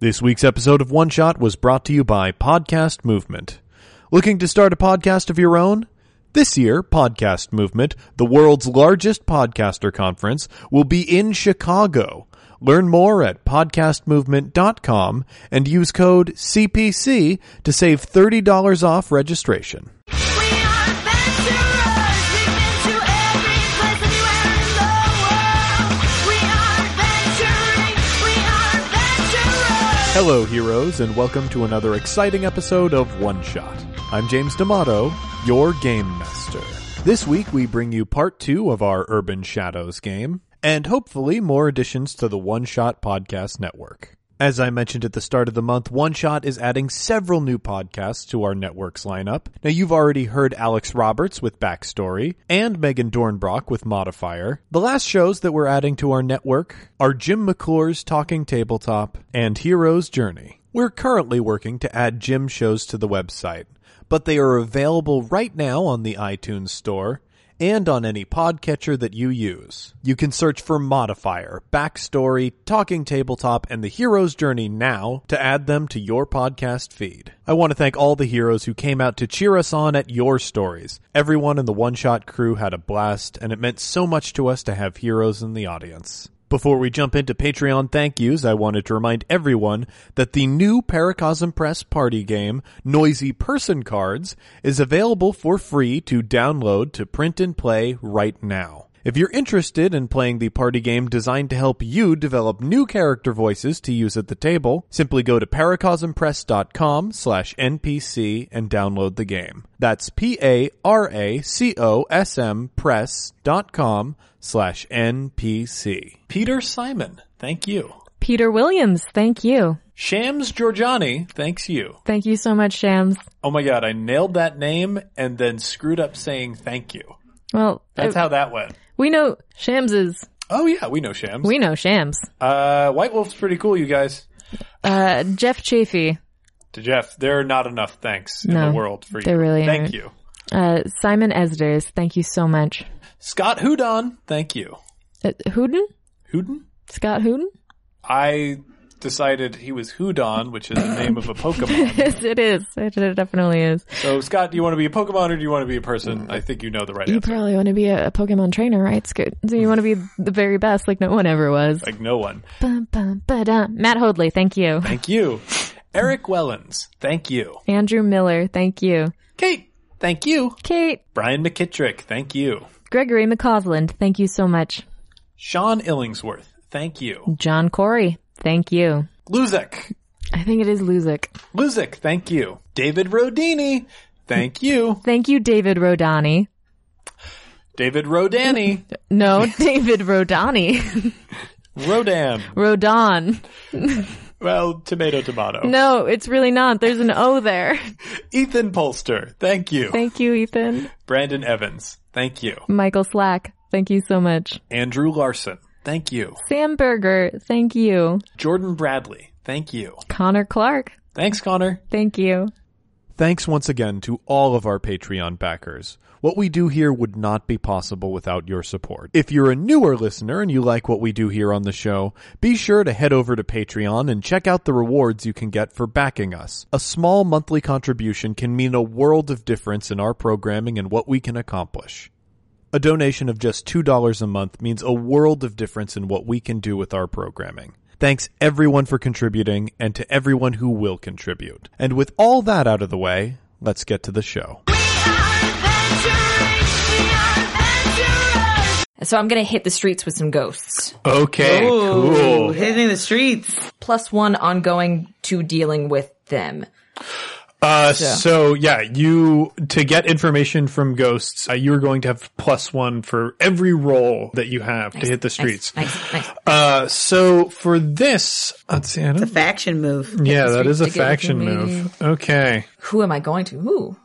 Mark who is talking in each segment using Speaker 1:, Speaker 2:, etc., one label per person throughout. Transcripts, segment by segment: Speaker 1: This week's episode of One Shot was brought to you by Podcast Movement. Looking to start a podcast of your own? This year, Podcast Movement, the world's largest podcaster conference, will be in Chicago. Learn more at podcastmovement.com and use code CPC to save $30 off registration.
Speaker 2: We are adventurers. We've been to every place anywhere in the world. We are adventuring. We are adventurers.
Speaker 1: Hello, heroes, and welcome to another exciting episode of One Shot. I'm James D'Amato, your game master. This week, we bring you part two of our Urban Shadows game, and hopefully more additions to the One Shot Podcast Network. As I mentioned at the start of the month, One Shot is adding several new podcasts to our network's lineup. Now, you've already heard Alex Roberts with Backstory and Megan Dornbrock with Modifier. The last shows that we're adding to our network are Jim McClure's Talking Tabletop and Hero's Journey. We're currently working to add Jim shows to the website, but they are available right now on the iTunes Store and on any podcatcher that you use. You can search for Modifier, Backstory, Talking Tabletop, and The Hero's Journey now to add them to your podcast feed. I want to thank all the heroes who came out to cheer us on at Your Stories. Everyone in the One Shot crew had a blast, and it meant so much to us to have heroes in the audience. Before we jump into Patreon thank yous, I wanted to remind everyone that the new Paracosm Press party game, Noisy Person Cards, is available for free to download to print and play right now. If you're interested in playing the party game designed to help you develop new character voices to use at the table, simply go to paracosmpress.com slash NPC and download the game. That's P-A-R-A-C-O-S-M press dot com slash NPC. Peter Simon, thank you.
Speaker 3: Peter Williams, thank you.
Speaker 1: Shams Georgiani, thanks you.
Speaker 3: Thank you so much, Shams.
Speaker 1: Oh my god, I nailed that name and then screwed up saying thank you.
Speaker 3: Well,
Speaker 1: That's
Speaker 3: uh,
Speaker 1: how that went.
Speaker 3: we know Shams is.
Speaker 1: Oh yeah, we know Shams.
Speaker 3: We know Shams.
Speaker 1: Uh, White Wolf's pretty cool, you guys.
Speaker 3: Uh, Jeff Chafee,
Speaker 1: To Jeff, there are not enough thanks in
Speaker 3: No,
Speaker 1: the world for you.
Speaker 3: there really
Speaker 1: Thank
Speaker 3: aren't.
Speaker 1: you.
Speaker 3: uh, Simon Esders, thank you so much.
Speaker 1: Scott Houdon, thank you.
Speaker 3: Uh, Hooden?
Speaker 1: Houdon?
Speaker 3: Scott Hooden?
Speaker 1: I decided he was Houdon, which is the name of a Pokemon.
Speaker 3: Yes, it is. It, it definitely is.
Speaker 1: so Scott, do you want to be a Pokemon or do you want to be a person? I think you know the right
Speaker 3: You
Speaker 1: answer.
Speaker 3: probably want to be a, a Pokemon trainer, right? Scoot? So you want to be the very best, like no one ever was.
Speaker 1: Like no one.
Speaker 3: Bum, bum, ba-da. Matt Hoadley, thank you.
Speaker 1: Thank you. Eric Wellens, thank you.
Speaker 3: Andrew Miller, thank you.
Speaker 1: Kate, thank you.
Speaker 3: Kate,
Speaker 1: Brian McKittrick, thank you.
Speaker 3: Gregory McCausland, thank you so much.
Speaker 1: Sean Illingsworth, thank you.
Speaker 3: John Corey, thank you.
Speaker 1: Luzek,
Speaker 3: I think it is Luzik.
Speaker 1: Luzik, thank you. David Rodini, thank you.
Speaker 3: Thank you, David Rodani.
Speaker 1: David Rodani,
Speaker 3: No, David Rodani.
Speaker 1: Rodan.
Speaker 3: Rodon.
Speaker 1: Well, tomato, tomato.
Speaker 3: No, it's really not. There's an O there.
Speaker 1: Ethan Polster, thank you.
Speaker 3: Thank you, Ethan.
Speaker 1: Brandon Evans, thank you.
Speaker 3: Michael Slack. Thank you so much.
Speaker 1: Andrew Larson, thank you.
Speaker 3: Sam Berger. Thank you.
Speaker 1: Jordan Bradley, thank you.
Speaker 3: Connor Clark.
Speaker 1: Thanks, Connor.
Speaker 3: Thank you.
Speaker 1: Thanks once again to all of our Patreon backers. What we do here would not be possible without your support. If you're a newer listener and you like what we do here on the show, be sure to head over to Patreon and check out the rewards you can get for backing us. A small monthly contribution can mean a world of difference in our programming and what we can accomplish. A donation of just $2 a month means a world of difference in what we can do with our programming. Thanks everyone for contributing and to everyone who will contribute. And with all that out of the way, let's get to the show.
Speaker 2: We are adventuring. We are adventurers.
Speaker 4: So I'm gonna hit the streets with some ghosts.
Speaker 1: Okay,
Speaker 5: Ooh, hitting the streets.
Speaker 4: Plus one ongoing to dealing with them.
Speaker 1: Uh, so yeah, you, to get information from ghosts, uh, you're going to have plus one for every roll that you have to hit the streets.
Speaker 4: Nice, nice.
Speaker 1: Uh, so for this, let's see, I don't,
Speaker 5: Faction move.
Speaker 1: yeah, that
Speaker 4: streets
Speaker 1: is a
Speaker 4: to get
Speaker 1: faction
Speaker 4: information.
Speaker 1: move. Okay.
Speaker 4: Who am I going to? Who?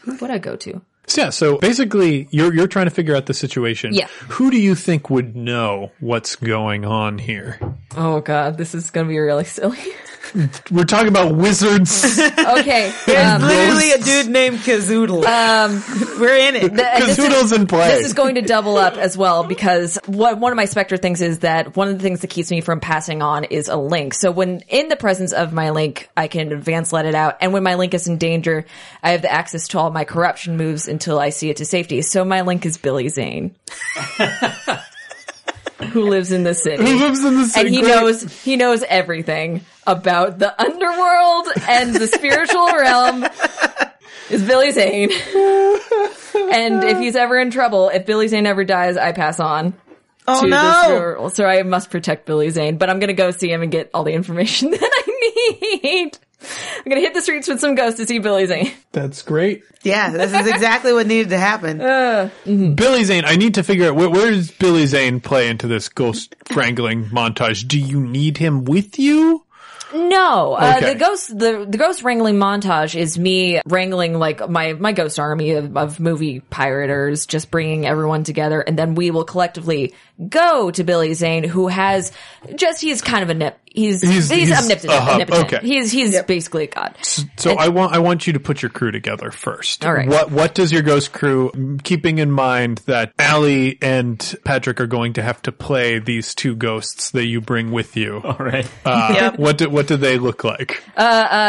Speaker 4: Who would I go to?
Speaker 1: So, yeah, so basically you're you're trying to figure out the situation.
Speaker 4: Yeah.
Speaker 1: Who do you think would know what's going on here?
Speaker 4: Oh god, this is gonna be really silly.
Speaker 1: We're talking about wizards.
Speaker 4: Okay.
Speaker 5: There's
Speaker 4: Um,
Speaker 5: literally a dude named Kazoodle. We're in it.
Speaker 4: the- and this is-
Speaker 1: Kazoodles in play.
Speaker 4: This is going to double up as well because what one of my Spectre things is that one of the things that keeps me from passing on is a link. So when in the presence of my link, I can advance let it out, and when my link is in danger, I have the access to all my corruption moves until I see it to safety. So my link is Billy Zane, who lives in the city.
Speaker 1: Who lives in the
Speaker 4: and
Speaker 1: same
Speaker 4: he
Speaker 1: great-
Speaker 4: knows he knows everything about the underworld and the spiritual realm is Billy Zane. and if he's ever in trouble, if Billy Zane ever dies, I pass on
Speaker 5: Oh
Speaker 4: to the
Speaker 5: no!
Speaker 4: spiritual. So I must protect Billy Zane, but I'm gonna go see him and get all the information that I need. I'm gonna hit the streets with some ghosts to see Billy Zane.
Speaker 1: That's great.
Speaker 5: Yeah, this is exactly what needed to happen.
Speaker 1: Billy Zane, I need to figure out where, where does Billy Zane play into this ghost wrangling montage? Do you need him with you?
Speaker 4: No, uh,
Speaker 1: Okay.
Speaker 4: the ghost the, the ghost wrangling montage is me wrangling like my my ghost army of, of movie pirators, just bringing everyone together, and then we will collectively go to Billy Zane, who has just he's kind of a nip. He's
Speaker 1: He's-
Speaker 4: he's,
Speaker 1: he's
Speaker 4: omnipotent.
Speaker 1: a hub,
Speaker 4: omnipotent.
Speaker 1: okay.
Speaker 4: He's he's basically a god.
Speaker 1: So I want I want you to put your crew together first.
Speaker 4: All right.
Speaker 1: What what does your ghost crew keeping in mind that Allie and Patrick are going to have to play these two ghosts that you bring with you?
Speaker 6: All right.
Speaker 1: Uh, What do, what do they look like?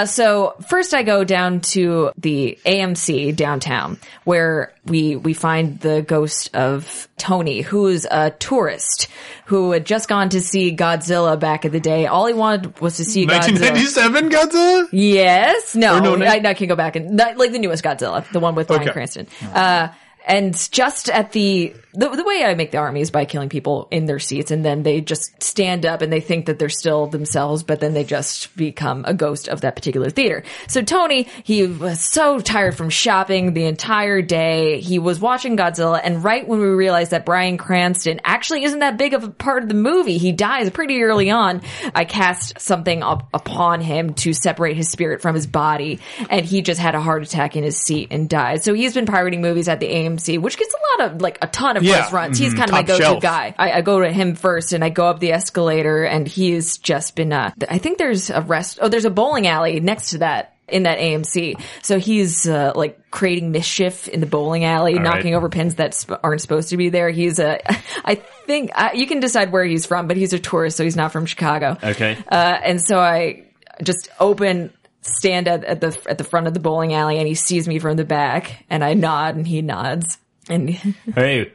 Speaker 4: so first I go down to the AMC downtown where we we find the ghost of Tony, who is a tourist who had just gone to see Godzilla back in the day. All he wanted was to see Godzilla.
Speaker 1: 1997 Godzilla?
Speaker 4: Yes, no,
Speaker 1: no, no-
Speaker 4: I, I can go back and that- like the newest Godzilla, the one with Bryan
Speaker 1: Okay.
Speaker 4: Cranston. Uh, and just at the, the the way I make the army is by killing people in their seats, and then they just stand up and they think that they're still themselves, but then they just become a ghost of that particular theater. So Tony, he was so tired from shopping the entire day. He was watching Godzilla, and right when we realized that Brian Cranston actually isn't that big of a part of the movie, he dies pretty early on. I cast something up upon him to separate his spirit from his body, and he just had a heart attack in his seat and died. So he's been pirating movies at the AMC, which gets a lot of like a ton of
Speaker 1: Yeah.
Speaker 4: first runs. He's
Speaker 1: Mhm.
Speaker 4: kind of my
Speaker 1: Top
Speaker 4: go-to
Speaker 1: shelf.
Speaker 4: guy. I, I go to him first, and I go up the escalator, and he's just been. Uh, th- I think there's a rest. Oh, there's a bowling alley next to that. In that AMC, so he's uh, like creating mischief in the bowling alley, knocking over pins that sp- aren't supposed to be there. He's a, I think uh, you can decide where he's from, but he's a tourist, so he's not from Chicago.
Speaker 6: Okay.
Speaker 4: Uh, and so I just open stand at, at the at the front of the bowling alley, and he sees me from the back, and I nod, and he nods, and
Speaker 6: Hey,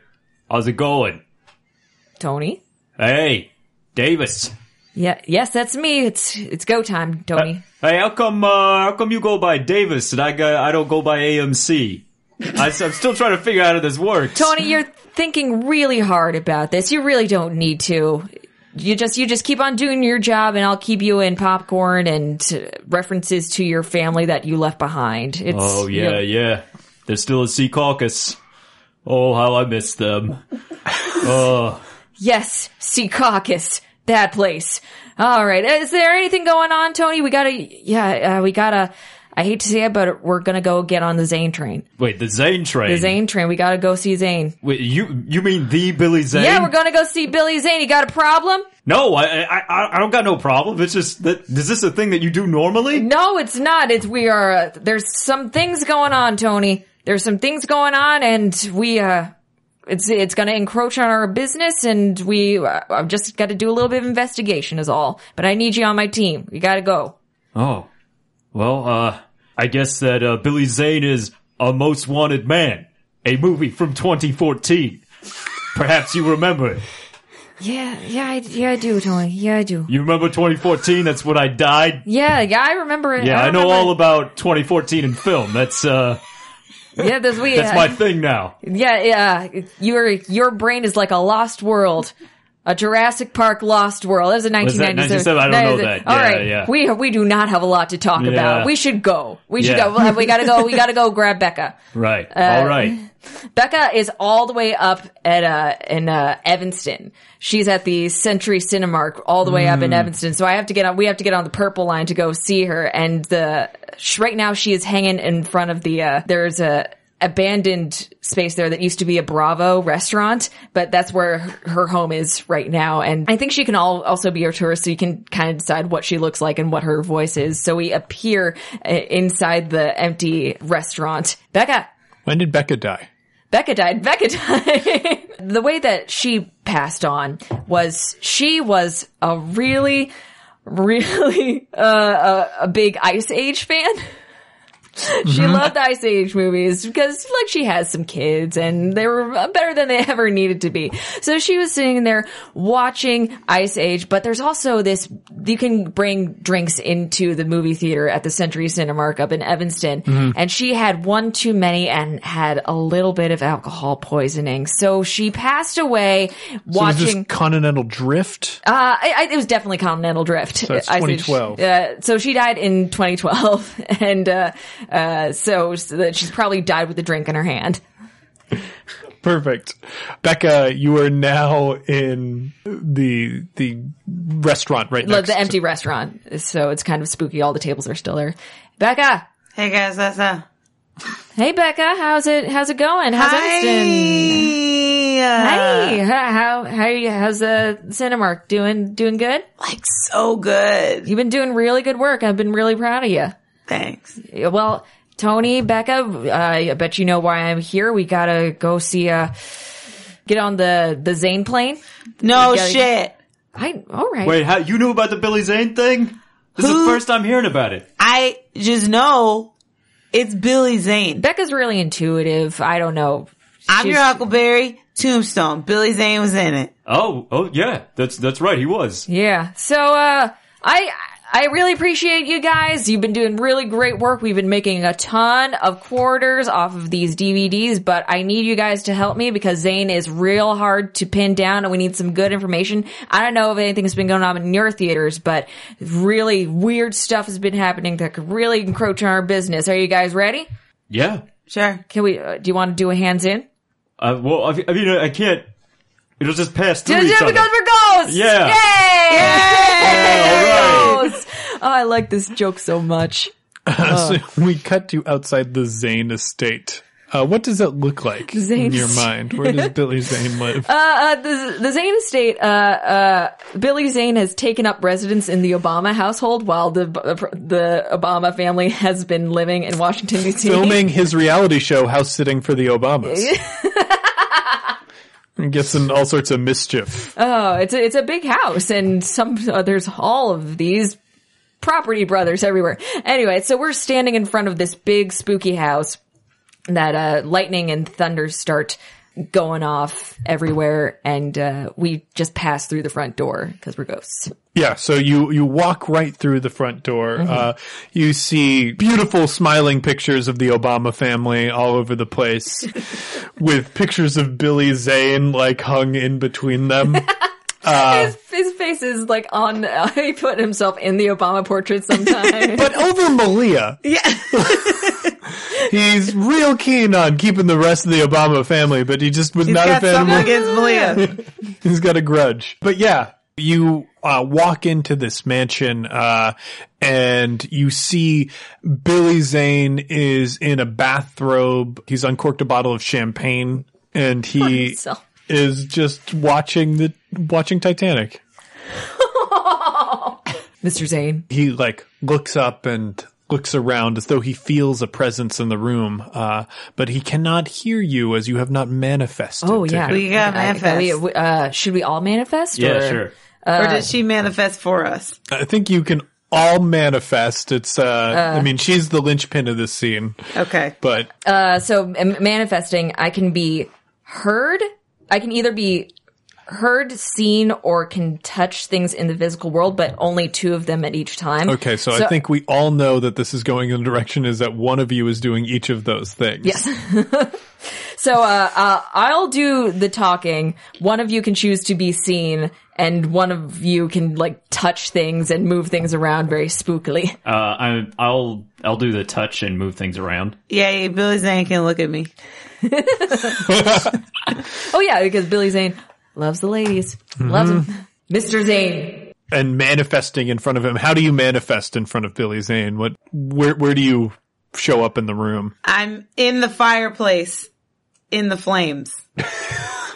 Speaker 6: how's it going?
Speaker 4: Tony,
Speaker 6: Hey, Davis.
Speaker 4: yeah, yes, that's me. It's it's go time, Tony.
Speaker 6: Hey, how come? Uh, how come you go by Davis and I go, I don't go by AMC? I, am still trying to figure out how this works.
Speaker 4: Tony, you're thinking really hard about this. You really don't need to. You just you just keep on doing your job, and I'll keep you in popcorn and uh, references to your family that you left behind. It's,
Speaker 6: Oh
Speaker 4: you
Speaker 6: yeah,
Speaker 4: know-
Speaker 6: yeah. They're still a C caucus. Oh, how I miss them. Oh,
Speaker 4: Yes, see caucus. That place. All right. Is there anything going on, Tony? We gotta, yeah, uh, we gotta, I hate to say it, but we're gonna go get on the Zane train.
Speaker 6: wait, the Zane train.
Speaker 4: The Zane train. We gotta go see Zane.
Speaker 6: Wait, you you mean the Billy Zane?
Speaker 4: Yeah, we're gonna go see Billy Zane. You got a problem?
Speaker 6: No, I, I I- I don't got no problem. It's just that is this a thing that you do normally?
Speaker 4: No, it's not. It's, we are, uh, there's some things going on, Tony. There's some things going on and we, uh, it's, it's gonna encroach on our business and we, uh, I've just gotta do a little bit of investigation is all. But I need you on my team. You gotta go.
Speaker 6: Oh, well, uh, I guess that uh, Billy Zane is a most wanted man, a movie from 2014. Perhaps you remember. it.
Speaker 4: Yeah, yeah, I, yeah, I do, Tony. Yeah, I do.
Speaker 6: You remember 2014? That's when I died.
Speaker 4: Yeah, yeah, I remember it.
Speaker 6: Yeah, I, know
Speaker 4: remember
Speaker 6: all
Speaker 4: it.
Speaker 6: about 2014 in film. That's uh,
Speaker 4: Yeah, that's we. uh,
Speaker 6: that's my thing now.
Speaker 4: yeah, yeah. Your your brain is like a lost world, a Jurassic Park lost world. That was a
Speaker 6: Was that
Speaker 4: 1997.
Speaker 6: 1997? I don't
Speaker 4: That
Speaker 6: know
Speaker 4: is it.
Speaker 6: that.
Speaker 4: All
Speaker 6: Yeah,
Speaker 4: right,
Speaker 6: yeah.
Speaker 4: we we do not have a lot to talk
Speaker 6: Yeah.
Speaker 4: about. We should go. We should
Speaker 6: Yeah.
Speaker 4: go. Well, We gotta go. We gotta go grab Becca.
Speaker 6: Right. all right.
Speaker 4: Becca is all the way up at uh in uh Evanston. She's at the Century Cinemark all the way up in Evanston. So I have to get on we have to get on the purple line to go see her and the sh- right now she is hanging in front of the uh there's a abandoned space there that used to be a Bravo restaurant, but that's where her home is right now. And I think she can all also be your tourist, so you can kind of decide what she looks like and what her voice is. So we appear uh, inside the empty restaurant. Becca,
Speaker 1: When did Becca die?
Speaker 4: Becca died. Becca died. the way that she passed on was she was a really, really uh, a, a big Ice Age fan. she loved Ice Age movies because, like, she had some kids and they were uh, better than they ever needed to be. So she was sitting there watching Ice Age, but there's also this, you can bring drinks into the movie theater at the Century Cinemark up in Evanston. And she had one too many and had a little bit of alcohol poisoning. So she passed away
Speaker 1: Was
Speaker 4: watching.
Speaker 1: this Continental Drift?
Speaker 4: Uh, I, I, it was definitely Continental Drift. So
Speaker 1: it's 2012.
Speaker 4: Uh, so she died in 2012, and uh, uh, so, so that she's probably died with a drink in her hand.
Speaker 1: Perfect. Becca, you are now in the the restaurant right
Speaker 4: Like
Speaker 1: next
Speaker 4: the
Speaker 1: to-
Speaker 4: empty restaurant, so it's kind of spooky. All the tables are still there. Becca,
Speaker 5: Hey guys, that's uh
Speaker 4: hey Becca, how's it? How's it going? How's
Speaker 5: Uh,
Speaker 4: Evanston?
Speaker 5: Hi. Uh,
Speaker 4: Hey, h- how how you, how's the Cinemark doing? Doing good?
Speaker 5: Like so good.
Speaker 4: You've been doing really good work. I've been really proud of you.
Speaker 5: Thanks.
Speaker 4: Well, Tony, Becca, uh, I bet you know why I'm here. We gotta go see, uh, get on the, the Zane plane.
Speaker 5: No
Speaker 4: gotta-
Speaker 5: shit.
Speaker 4: I, alright.
Speaker 6: Wait, how, you knew about the Billy Zane thing? This is the
Speaker 5: Who-
Speaker 6: first I'm hearing about it.
Speaker 5: I just know it's Billy Zane.
Speaker 4: Becca's really intuitive. I don't know.
Speaker 5: I'm
Speaker 4: She's-
Speaker 5: your Huckleberry. Tombstone. Billy Zane was in it.
Speaker 6: Oh, oh yeah, that's that's right. He was.
Speaker 4: Yeah. So, uh, I, I really appreciate you guys. You've been doing really great work. We've been making a ton of quarters off of these DVDs, but I need you guys to help me because Zane is real hard to pin down and we need some good information. I don't know if anything's been going on in your theaters, but really weird stuff has been happening that could really encroach on our business. Are you guys ready?
Speaker 6: Yeah.
Speaker 5: Sure.
Speaker 4: Can we, uh, do you want to do a hands in?
Speaker 6: Uh, well, I, I mean, I can't. It'll just pass through each
Speaker 4: Yeah,
Speaker 6: other.
Speaker 4: because we're ghosts!
Speaker 6: Yeah.
Speaker 4: Yay!
Speaker 6: All right.
Speaker 4: Ghosts! Oh, I like this joke so much. Uh.
Speaker 1: So we cut to outside the Zane estate. Uh, what does it look like in
Speaker 4: Zane
Speaker 1: your
Speaker 4: estate.
Speaker 1: mind? Where does Billy Zane live?
Speaker 4: uh, the, the Zane estate, uh, uh, Billy Zane has taken up residence in the Obama household while the, uh, the Obama family has been living in Washington D.C.
Speaker 1: Filming his reality show, House Sitting for the Obamas. And Gets in all sorts of mischief.
Speaker 4: Oh, it's a, it's a big house and some, uh, there's all of these property brothers everywhere. Anyway, so we're standing in front of this big spooky house that, uh, lightning and thunder start going off everywhere and, uh, we just pass through the front door because we're ghosts.
Speaker 1: Yeah, so you, you walk right through the front door.
Speaker 4: Mm-hmm.
Speaker 1: Uh, you see beautiful smiling pictures of the Obama family all over the place with pictures of Billy Zane like hung in between them.
Speaker 4: his, his face is like on. Uh, he put himself in the Obama portrait sometimes.
Speaker 1: but over Malia. Yeah. He's real keen on keeping the rest of the Obama family, but he just was
Speaker 5: He's
Speaker 1: not a
Speaker 5: got
Speaker 1: fan of
Speaker 5: something
Speaker 1: Malia.
Speaker 5: against Malia.
Speaker 1: He's got a grudge. But yeah, you uh, walk into this mansion uh, and you see Billy Zane is in a bathrobe. He's uncorked a bottle of champagne and he
Speaker 4: himself.
Speaker 1: is just watching the watching Titanic.
Speaker 4: Mr. Zane.
Speaker 1: he like looks up and looks around as though he feels a presence in the room, uh, but he cannot hear you as you have not manifested.
Speaker 4: Oh
Speaker 1: to
Speaker 4: yeah,
Speaker 1: him.
Speaker 5: We gotta
Speaker 4: I-
Speaker 5: manifest.
Speaker 4: we- we- uh, should we all manifest?
Speaker 6: Yeah,
Speaker 4: or-
Speaker 6: sure.
Speaker 5: or did she manifest for us?
Speaker 1: I think you can all manifest. It's, uh, I mean, she's the linchpin of this scene,
Speaker 5: Okay.
Speaker 1: but
Speaker 4: Uh, so um, manifesting, I can be heard. I can either be heard, seen, or can touch things in the physical world, but only two of them at each time.
Speaker 1: okay. So, I think we all know that this is going in the direction is that one of you is doing each of those things.
Speaker 4: Yes. So uh, uh, I'll do the talking. One of you can choose to be seen, and one of you can like touch things and move things around very spookily.
Speaker 6: Uh, I, I'll I'll do the touch and move things around.
Speaker 5: Yay, Billy Zane can look at me.
Speaker 4: Oh yeah, because Billy Zane loves the ladies, loves them. Mr. Zane,
Speaker 1: And manifesting in front of him. How do you manifest in front of Billy Zane? What, where, where do you show up in the room.
Speaker 5: I'm in the fireplace in the flames.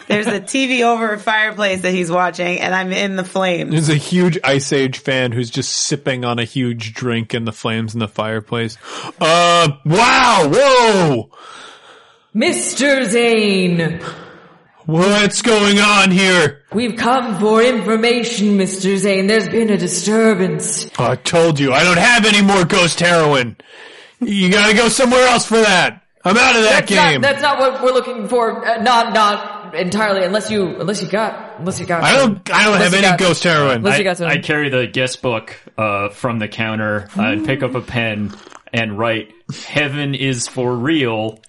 Speaker 5: There's a TV over a fireplace that he's watching and I'm in the flames.
Speaker 1: There's a huge Ice Age fan who's just sipping on a huge drink in the flames in the fireplace. Uh, wow, whoa,
Speaker 4: Mr. Zane!
Speaker 1: what's going on here?
Speaker 4: We've come for information, Mr. Zane. There's been a disturbance.
Speaker 1: I told you, I don't have any more ghost heroin. You gotta go somewhere else for that. I'm out of that
Speaker 4: That's not-
Speaker 1: game.
Speaker 4: that's not what we're looking for. Uh, not, not entirely. Unless you, unless you got, unless you got.
Speaker 1: I don't, I don't
Speaker 4: Unless
Speaker 1: have
Speaker 4: you
Speaker 1: any
Speaker 4: got-
Speaker 1: ghost heroin.
Speaker 4: Unless
Speaker 6: I,
Speaker 4: you got some.
Speaker 6: I carry the guest book uh, from the counter uh, and pick up a pen and write "Heaven is for real."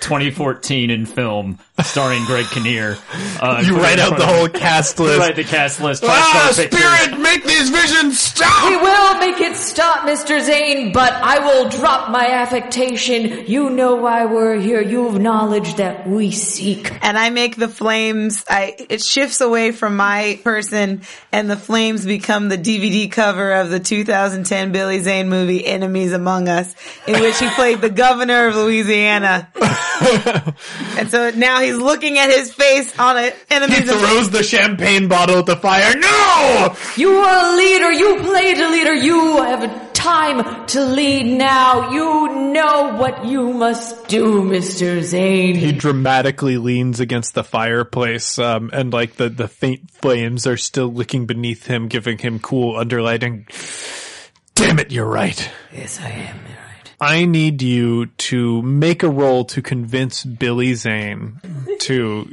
Speaker 6: 2014 in film starring Greg Kinnear. Uh,
Speaker 1: you
Speaker 6: put it
Speaker 1: write
Speaker 6: in
Speaker 1: out
Speaker 6: front
Speaker 1: the
Speaker 6: of-
Speaker 1: whole cast list.
Speaker 6: write the cast list. try to
Speaker 1: ah,
Speaker 6: sell pictures.
Speaker 1: spirit, make these visions
Speaker 4: we
Speaker 1: stop!
Speaker 4: will make it stop, Mr. Zane, but I will drop my affectation. You know why we're here. You have knowledge that we seek.
Speaker 5: And I make the flames, I, it shifts away from my person and the flames become the DVD cover of the 2010 Billy Zane movie Enemies Among Us in which he played the governor of Louisiana. and so now he's looking at his face on it.
Speaker 1: He
Speaker 5: Enemies Among
Speaker 1: throws the champagne bottle at the fire. No!
Speaker 4: You were a leader. You played a leader. You have a time to lead now. You know what you must do, Mr. Zane.
Speaker 1: He dramatically leans against the fireplace, um, and like the, the faint flames are still licking beneath him, giving him cool underlighting. Damn it, you're right.
Speaker 4: Yes, I am. You're right.
Speaker 1: I need you to make a roll to convince Billy Zane to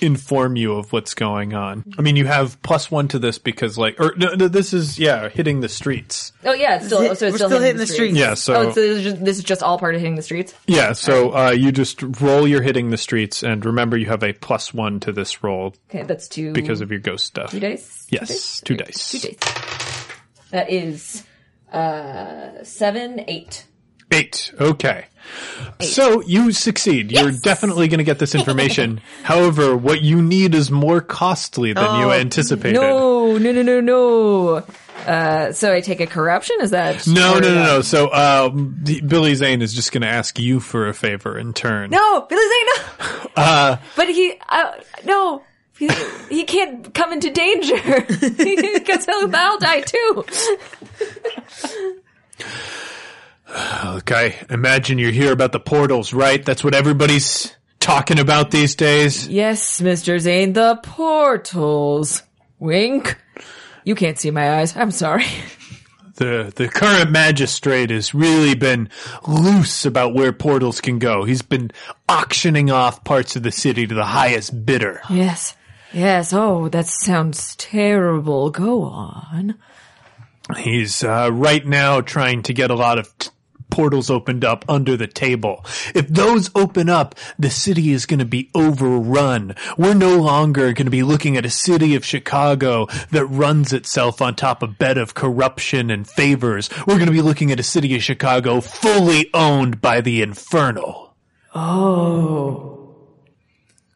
Speaker 1: inform you of what's going on. I mean, you have plus one to this because, like, or no, no, this is yeah, hitting the streets.
Speaker 4: Oh yeah, it's still, so it's
Speaker 5: We're
Speaker 4: still,
Speaker 5: still
Speaker 4: hitting the streets.
Speaker 1: Yeah, so
Speaker 4: oh, so this is, just, this is just all part of hitting the streets.
Speaker 1: yeah, so uh, you just roll your hitting the streets, and remember you have a plus one to this roll
Speaker 4: Okay, that's two
Speaker 1: because of your ghost stuff.
Speaker 4: two dice.
Speaker 1: Yes, two dice.
Speaker 4: Two dice. That is uh seven, eight.
Speaker 1: Eight. Okay. So you succeed. You're definitely going to get this information. However, what you need is more costly than you anticipated.
Speaker 4: Oh, No, no, no, no, no. Uh, so I take a corruption. Is that
Speaker 1: No,
Speaker 4: or-
Speaker 1: no, no, no. So um, the- Billy Zane is just going to ask you for a favor in turn.
Speaker 4: No, Billy Zane, no. but he, uh, no, he, he can't come into danger because he'll I'll die too.
Speaker 1: Okay. Imagine you hear about the portals, right? That's what everybody's talking about these days.
Speaker 4: Yes, Mister Zane, the portals. Wink. You can't see my eyes. I'm sorry.
Speaker 1: The the current magistrate has really been loose about where portals can go. He's been auctioning off parts of the city to the highest bidder.
Speaker 4: Yes, yes. Oh, that sounds terrible. Go on.
Speaker 1: He's uh, right now trying to get a lot of t- portals opened up under the table. If those open up, the city is going to be overrun. We're no longer going to be looking at a city of Chicago that runs itself on top of bed of corruption and favors. We're going to be looking at a city of Chicago fully owned by the infernal.
Speaker 4: Oh.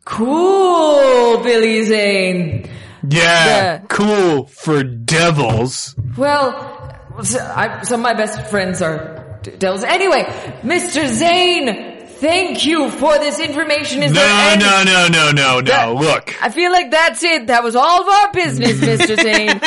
Speaker 4: Cool, Billy Zane.
Speaker 1: Yeah,
Speaker 4: Yeah.
Speaker 1: cool for devils.
Speaker 4: Well, s- I, some of my best friends are d- devils. Anyway, Mr. Zane, thank you for this information. Is there
Speaker 1: No,
Speaker 4: any-
Speaker 1: no, no, no, no, no.
Speaker 4: That-
Speaker 1: Look.
Speaker 4: I feel like that's it. That was all of our business, Mr. Zane.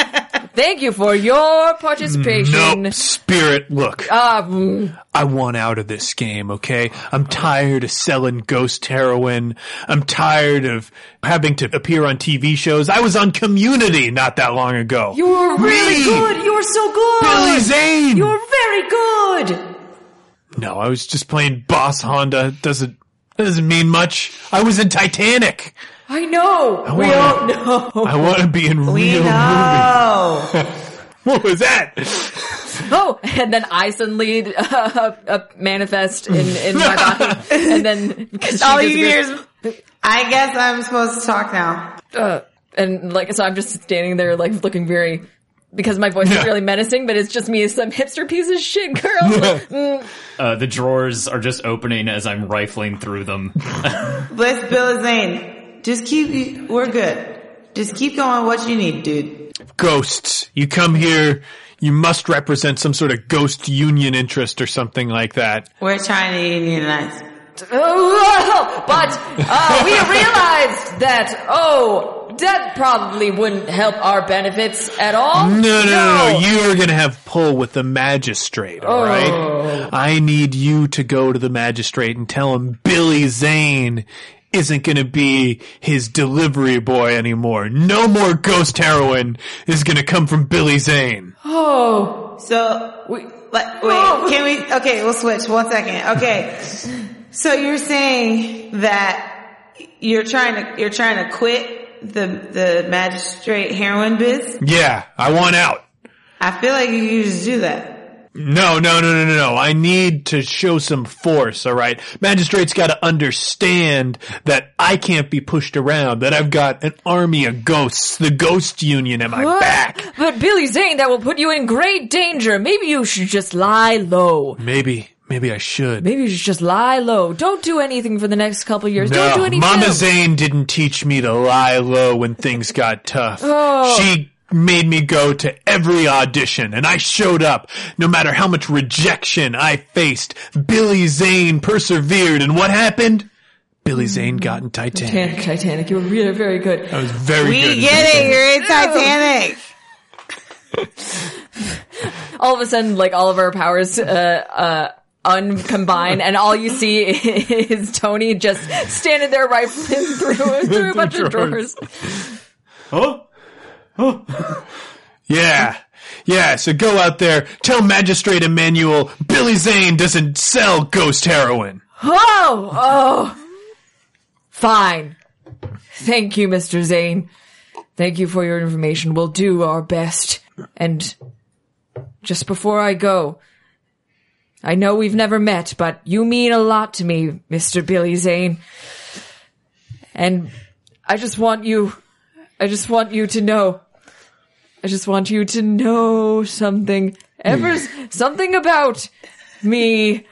Speaker 4: Thank you for your participation.
Speaker 1: Nope. Spirit, look.
Speaker 4: Um,
Speaker 1: I want out of this game, okay? I'm tired of selling ghost heroin. I'm tired of having to appear on TV shows. I was on Community not that long ago.
Speaker 4: you were really
Speaker 1: Me,
Speaker 4: good. You were so good.
Speaker 1: Billy Zane.
Speaker 4: You were very good.
Speaker 1: no, I was just playing Boss Honda. Doesn't doesn't mean much. I was in Titanic.
Speaker 4: I know. we
Speaker 1: wanna-
Speaker 4: all know.
Speaker 1: I want to be in
Speaker 5: Us.
Speaker 1: real movies.
Speaker 5: No.
Speaker 1: What was that?
Speaker 4: Oh, and then I suddenly uh, uh, manifest in, in my body, and then because
Speaker 5: All you can hear is, I guess I'm supposed to talk now.
Speaker 4: uh, and like so I'm just standing there like looking very because my voice
Speaker 1: Yeah.
Speaker 4: is really menacing, but it's just me as some hipster piece of shit girl.
Speaker 6: Uh, the drawers are just opening as I'm rifling through them.
Speaker 5: Bless Bill Zane. Just keep, we're good. Just keep going what you need, dude.
Speaker 1: Ghosts. You come here, you must represent some sort of ghost union interest or something like that.
Speaker 5: We're trying to unionize.
Speaker 4: Oh, but uh, we realized that, oh, that probably wouldn't help our benefits at all.
Speaker 1: No, no, no, no. You are going to have pull with the magistrate, all right? I need you to go to the magistrate and tell him Billy Zane isn't going to be his delivery boy anymore. No more ghost heroin is going to come from Billy Zane.
Speaker 4: Oh,
Speaker 5: So,
Speaker 4: we,
Speaker 5: like, wait, can we? Okay, we'll switch. One second. Okay. So you're saying that you're trying to you're trying to quit the the magistrate heroin biz?
Speaker 1: Yeah, I want out.
Speaker 5: I feel like you just do that.
Speaker 1: No, no, no, no, no, no. I need to show some force, all right? Magistrate's got to understand that I can't be pushed around, that I've got an army of ghosts, the ghost union at my back.
Speaker 4: But Billy Zane, that will put you in great danger. Maybe you should just lie low.
Speaker 1: Maybe, maybe I should.
Speaker 4: Maybe you should just lie low. Don't do anything for the next couple years.
Speaker 1: No,
Speaker 4: Don't do anything.
Speaker 1: Mama Zane didn't teach me to lie low when things got tough.
Speaker 4: Oh.
Speaker 1: She made me go to every audition and I showed up no matter how much rejection I faced. Billy Zane persevered and what happened? Billy Zane got in Titanic.
Speaker 4: Mm, Titanic, Titanic, you were really very good.
Speaker 1: That was very
Speaker 5: We
Speaker 1: good.
Speaker 5: get it. You're in Titanic.
Speaker 4: all of a sudden, like all of our powers, uh, uh, uncombine, and all you see is Tony just standing there rifling through through a bunch of
Speaker 1: Drawers.
Speaker 4: drawers.
Speaker 6: Oh,
Speaker 1: Yeah. Yeah, so go out there, tell Magistrate Emmanuel Billy Zane doesn't sell ghost heroin.
Speaker 4: Oh, oh, fine. Thank you, Mister Zane. Thank you for your information. We'll do our best. And just before I go, I know we've never met, but you mean a lot to me, Mister Billy Zane. And I just want you, I just want you to know. I just want you to know something, ever s- something about me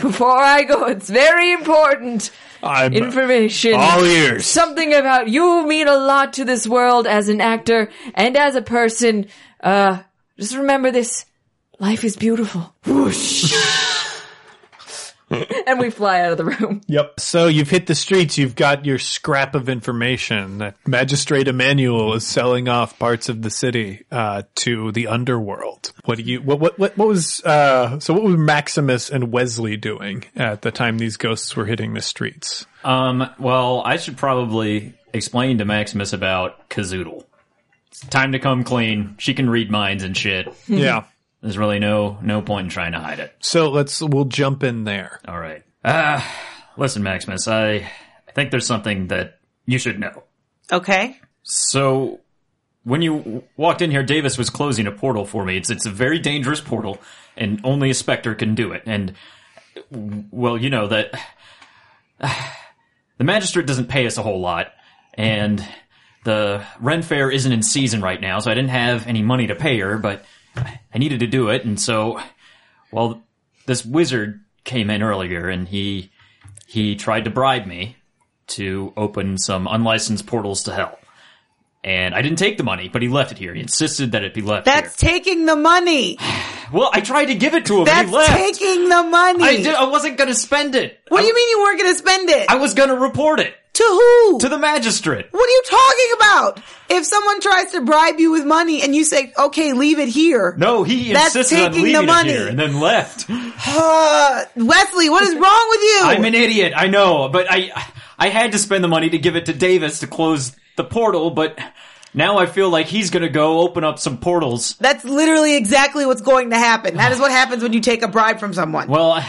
Speaker 4: before I go. It's very important
Speaker 1: I'm uh,
Speaker 4: information.
Speaker 1: all ears.
Speaker 4: Something about you mean a lot to this world as an actor and as a person. Uh, just remember this. Life is beautiful. Whoosh. and we fly out of the room.
Speaker 1: Yep. So you've hit the streets. You've got your scrap of information that Magistrate Emmanuel is selling off parts of the city uh, to the underworld. What do you? What? What? What, what was? Uh, so what was Maximus and Wesley doing at the time these ghosts were hitting the streets?
Speaker 6: um, well, I should probably explain to Maximus about Kazoodle. It's time to come clean. She can read minds and shit.
Speaker 5: Mm-hmm.
Speaker 1: yeah.
Speaker 6: There's really no no point in trying to hide it.
Speaker 1: So let's. We'll jump in there.
Speaker 6: All right. Ah, listen, Maximus. I think there's something that you should know.
Speaker 5: Okay.
Speaker 6: So, when you w- walked in here, Davis was closing a portal for me. It's it's a very dangerous portal, and only a specter can do it. And w- well, you know that the magistrate doesn't pay us a whole lot, and the rent fair isn't in season right now, so I didn't have any money to pay her, but I needed to do it, and so well, this wizard came in earlier, and he he tried to bribe me to open some unlicensed portals to hell. And I didn't take the money, but he left it here. He insisted that it be left
Speaker 5: That's taking the money.
Speaker 6: here. Well, I tried to give it to him, but
Speaker 5: That's
Speaker 6: he left.
Speaker 5: taking the money.
Speaker 6: I, did, I wasn't going to spend it.
Speaker 5: what do you mean you weren't going to spend it?
Speaker 6: I was going to report it
Speaker 5: to who?
Speaker 6: to the magistrate.
Speaker 5: what are you talking about? If someone tries to bribe you with money and you say, okay, leave it here.
Speaker 6: No, he
Speaker 5: That's
Speaker 6: insisted on
Speaker 5: taking the
Speaker 6: leaving
Speaker 5: money.
Speaker 6: it here and then left.
Speaker 5: Uh, Wesley, what is wrong with you?
Speaker 6: I'm an idiot, I know, but I I had to spend the money to give it to Davis to close the portal, but now I feel like he's going to go open up some portals.
Speaker 5: That's literally exactly what's going to happen. That is what happens when you take a bribe from someone.
Speaker 6: Well, I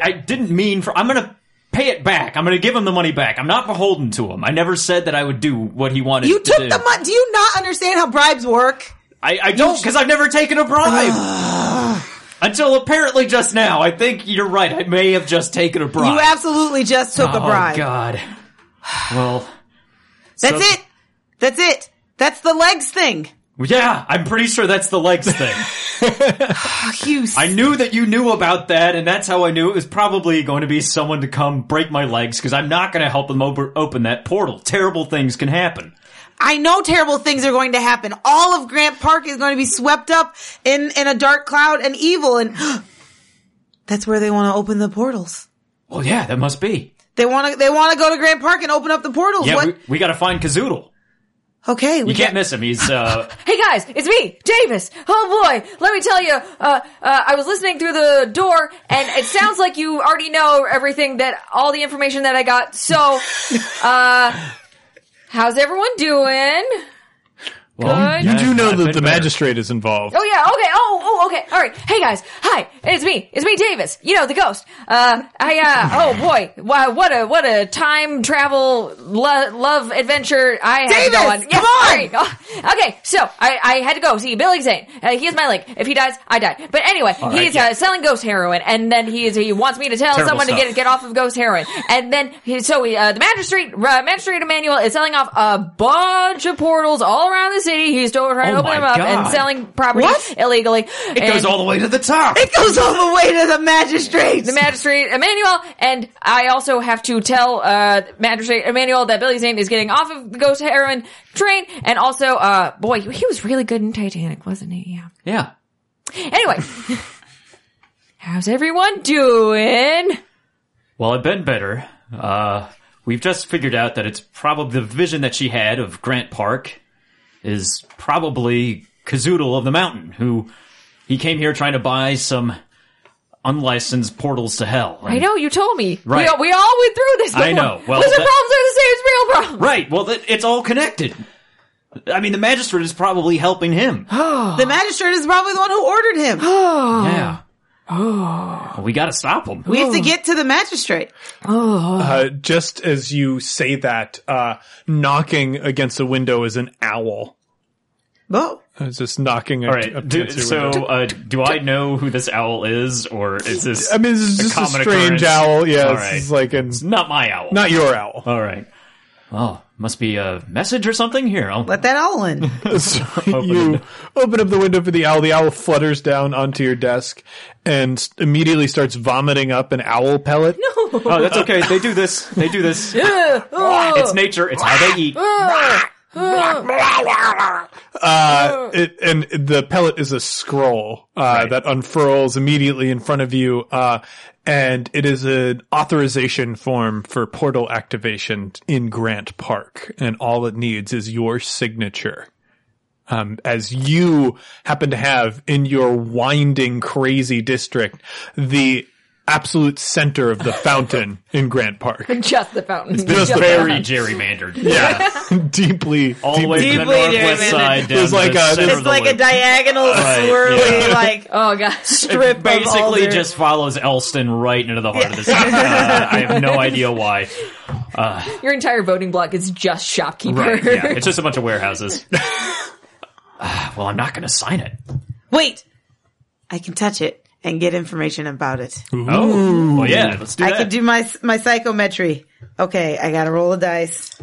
Speaker 6: I didn't mean for I'm going to pay it back. I'm going to give him the money back. I'm not beholden to him. I never said that I would do what he wanted
Speaker 5: you
Speaker 6: to
Speaker 5: took
Speaker 6: do.
Speaker 5: the money. Do you not understand how bribes work?
Speaker 6: I, I don't because I've never taken a bribe. Until apparently just now. I think you're right. I may have just taken a bribe.
Speaker 5: You absolutely just took a bribe.
Speaker 6: Oh god. Well,
Speaker 5: That's
Speaker 6: So-
Speaker 5: it. That's it. That's the legs thing.
Speaker 6: yeah, I'm pretty sure that's the legs thing.
Speaker 5: Fuck you.
Speaker 6: I knew that you knew about that, and that's how I knew it was probably going to be someone to come break my legs because I'm not going to help them over- open that portal. Terrible things can happen.
Speaker 5: I know terrible things are going to happen. All of Grant Park is going to be swept up in, in a dark cloud and evil and that's where they want to open the portals.
Speaker 6: Well, yeah, that must be.
Speaker 5: They want to, they want to go to Grant Park and open up the portals.
Speaker 6: Yeah,
Speaker 5: what?
Speaker 6: we, we got to find Kazoodle.
Speaker 5: okay. We
Speaker 6: You can't miss him. He's uh,
Speaker 4: Hey guys, it's me, Davis. Oh boy, let me tell you, uh, uh, I was listening through the door, and it sounds like you already know everything that all the information that I got. So, uh, how's everyone doing?
Speaker 6: well,
Speaker 4: Good.
Speaker 1: You do know that
Speaker 6: not been
Speaker 1: the
Speaker 6: better.
Speaker 1: magistrate is involved.
Speaker 4: Oh yeah, okay. Oh, oh, okay. All right. Hey guys, hi. It's me. It's me, Davis. You know the ghost. Uh, I uh, oh boy, wow, what a what a time travel lo- love adventure I had
Speaker 5: Davis,
Speaker 4: going.
Speaker 5: come on!
Speaker 4: all right. Oh, okay, so I, I had to go see Billy Zane. Uh, he is my link. If he dies, I die. But anyway,
Speaker 6: All
Speaker 4: he's
Speaker 6: right, yeah.
Speaker 4: uh, selling ghost heroin, and then he is he wants me to tell
Speaker 6: Terrible
Speaker 4: someone to
Speaker 6: stuff.
Speaker 4: get get off of ghost heroin, and then he, so he, uh, the magistrate uh, magistrate Emmanuel is selling off a bunch of portals all around the city. He's still trying
Speaker 6: Oh
Speaker 4: to open
Speaker 6: my
Speaker 4: them up and
Speaker 6: God.
Speaker 4: selling property
Speaker 5: What?
Speaker 4: illegally.
Speaker 6: It goes all the way to the top.
Speaker 5: It goes all the way to the magistrates.
Speaker 4: the magistrate Emmanuel, and I also have to tell uh, magistrate Emmanuel that Billy Zane is getting off of the ghost heroin train, and also, uh, boy, he was really good in Titanic, wasn't he? Yeah.
Speaker 6: Yeah.
Speaker 4: Anyway, how's everyone doing?
Speaker 6: Well, I've been better. Uh, we've just figured out that it's probably the vision that she had of Grant Park is probably Kazoodle of the Mountain, who he came here trying to buy some unlicensed portals to hell.
Speaker 4: I know you told me.
Speaker 6: Right.
Speaker 4: We all, we all went through this.
Speaker 6: I
Speaker 4: before.
Speaker 6: know. Well,
Speaker 4: Lizard
Speaker 6: that-
Speaker 4: problems are the same as real problems.
Speaker 6: Right. Well, that, it's all connected. I mean, the magistrate is probably helping him.
Speaker 4: Oh.
Speaker 5: The magistrate is probably the one who ordered him.
Speaker 6: yeah. Oh. We got to stop him.
Speaker 5: We have to get to the magistrate.
Speaker 1: Uh, just as you say that, uh, knocking against the window is an owl.
Speaker 5: Oh,
Speaker 1: It's just knocking.
Speaker 6: All
Speaker 1: up
Speaker 6: right. Do,
Speaker 1: against your
Speaker 6: so,
Speaker 1: window.
Speaker 6: uh, do I know who this owl is, or is this?
Speaker 1: I mean, this is just a,
Speaker 6: common
Speaker 1: strange
Speaker 6: occurrence?
Speaker 1: owl. Yeah,
Speaker 6: All
Speaker 1: it's
Speaker 6: right.
Speaker 1: like an,
Speaker 6: Not my owl.
Speaker 1: not your owl.
Speaker 6: All right. Oh, must be a message or something here. I'll,
Speaker 5: let that owl in.
Speaker 1: So you open up the window for the owl. The owl flutters down onto your desk and s- immediately starts vomiting up an owl pellet.
Speaker 6: oh, that's okay. They do this. They do this. it's nature. It's how they eat.
Speaker 5: Oh.
Speaker 1: Uh, it, and the pellet is a scroll uh, that unfurls immediately in front of you, uh, and it is an authorization form for portal activation in Grant Park, and all it needs is your signature. Um, as you happen to have in your winding, crazy district, the absolute center of the fountain in Grant Park.
Speaker 4: Just the fountain.
Speaker 1: Just the
Speaker 6: Very gerrymandered.
Speaker 1: Yeah, deeply,
Speaker 6: All the way to the
Speaker 5: Deeply
Speaker 6: northwest
Speaker 5: gerrymandered.
Speaker 6: side. Down
Speaker 1: It's like
Speaker 6: the
Speaker 1: a-
Speaker 6: center
Speaker 1: It's
Speaker 6: of
Speaker 5: It's
Speaker 6: the
Speaker 5: like a
Speaker 6: loop.
Speaker 5: diagonal
Speaker 6: Right,
Speaker 5: swirly,
Speaker 6: yeah.
Speaker 5: like
Speaker 4: oh god.
Speaker 5: strip. of
Speaker 6: basically
Speaker 5: alder.
Speaker 6: just follows Elston right into the heart of the city. Uh, I have no idea why.
Speaker 4: Your entire voting block is just shopkeeper.
Speaker 6: Yeah, it's just a bunch of warehouses. Ah, well, I'm not going to sign it.
Speaker 5: wait. I can touch it and get information about it.
Speaker 6: Oh, well, yeah, let's do
Speaker 5: I
Speaker 6: that.
Speaker 5: can do my my psychometry. Okay, I gotta roll a dice,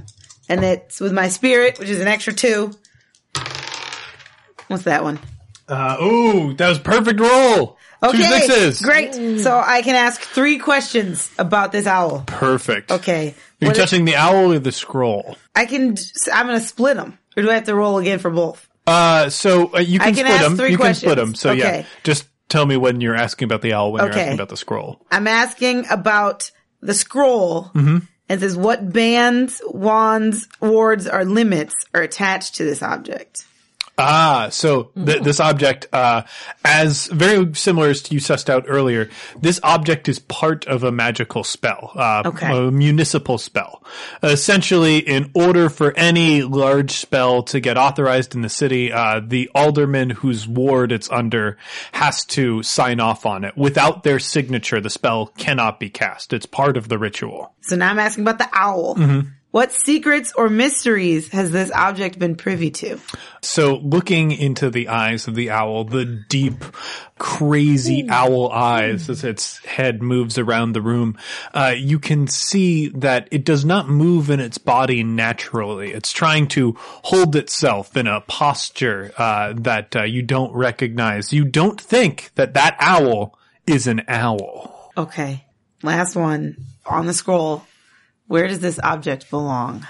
Speaker 5: and it's with my spirit, which is an extra two. What's that one?
Speaker 1: Uh,
Speaker 6: Uh-huh.
Speaker 1: ooh, that was perfect roll.
Speaker 5: Okay,
Speaker 1: Two sixes.
Speaker 5: great. So I can ask three questions about this owl.
Speaker 1: Perfect.
Speaker 5: Okay,
Speaker 1: You're
Speaker 5: What if-
Speaker 1: touching the owl or the scroll.
Speaker 5: I can. I'm gonna split them, or do I have to roll again for both?
Speaker 1: Uh, so uh, you
Speaker 5: I
Speaker 1: can,
Speaker 5: can
Speaker 1: split
Speaker 5: ask
Speaker 1: them.
Speaker 5: three
Speaker 1: you
Speaker 5: questions.
Speaker 1: can split them. So yeah,
Speaker 5: Okay.
Speaker 1: just tell me when you're asking about the owl, when you're
Speaker 5: Okay.
Speaker 1: asking about the scroll.
Speaker 5: I'm asking about the scroll. And says what bands, wands, wards, or limits are attached to this object.
Speaker 1: Ah, so th- this object, uh, as very similar as you sussed out earlier, this object is part of a magical spell, uh,
Speaker 5: Okay.
Speaker 1: a municipal spell. Essentially, in order for any large spell to get authorized in the city, uh, the alderman whose ward it's under has to sign off on it. Without their signature, the spell cannot be cast. It's part of the ritual.
Speaker 5: So now I'm asking about the owl. What secrets or mysteries has this object been privy to?
Speaker 1: So looking into the eyes of the owl, the deep, crazy owl eyes as its head moves around the room, uh, you can see that it does not move in its body naturally. It's trying to hold itself in a posture, uh, that uh, you don't recognize. You don't think that that owl is an owl.
Speaker 5: Okay. Last one on the scroll. Where does this object belong?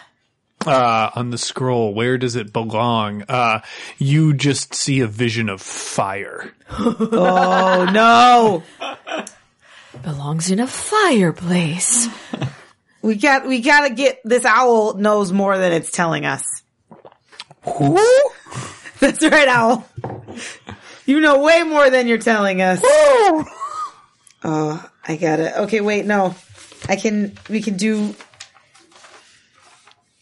Speaker 1: uh, on the scroll, where does it belong? Uh, you just see a vision of fire.
Speaker 5: Oh no.
Speaker 4: Belongs in a fireplace.
Speaker 5: We got we gotta get this owl knows more than it's telling us. That's right, owl. You know way more than you're telling us. Oh, I got it. Okay, wait, no. I can we can do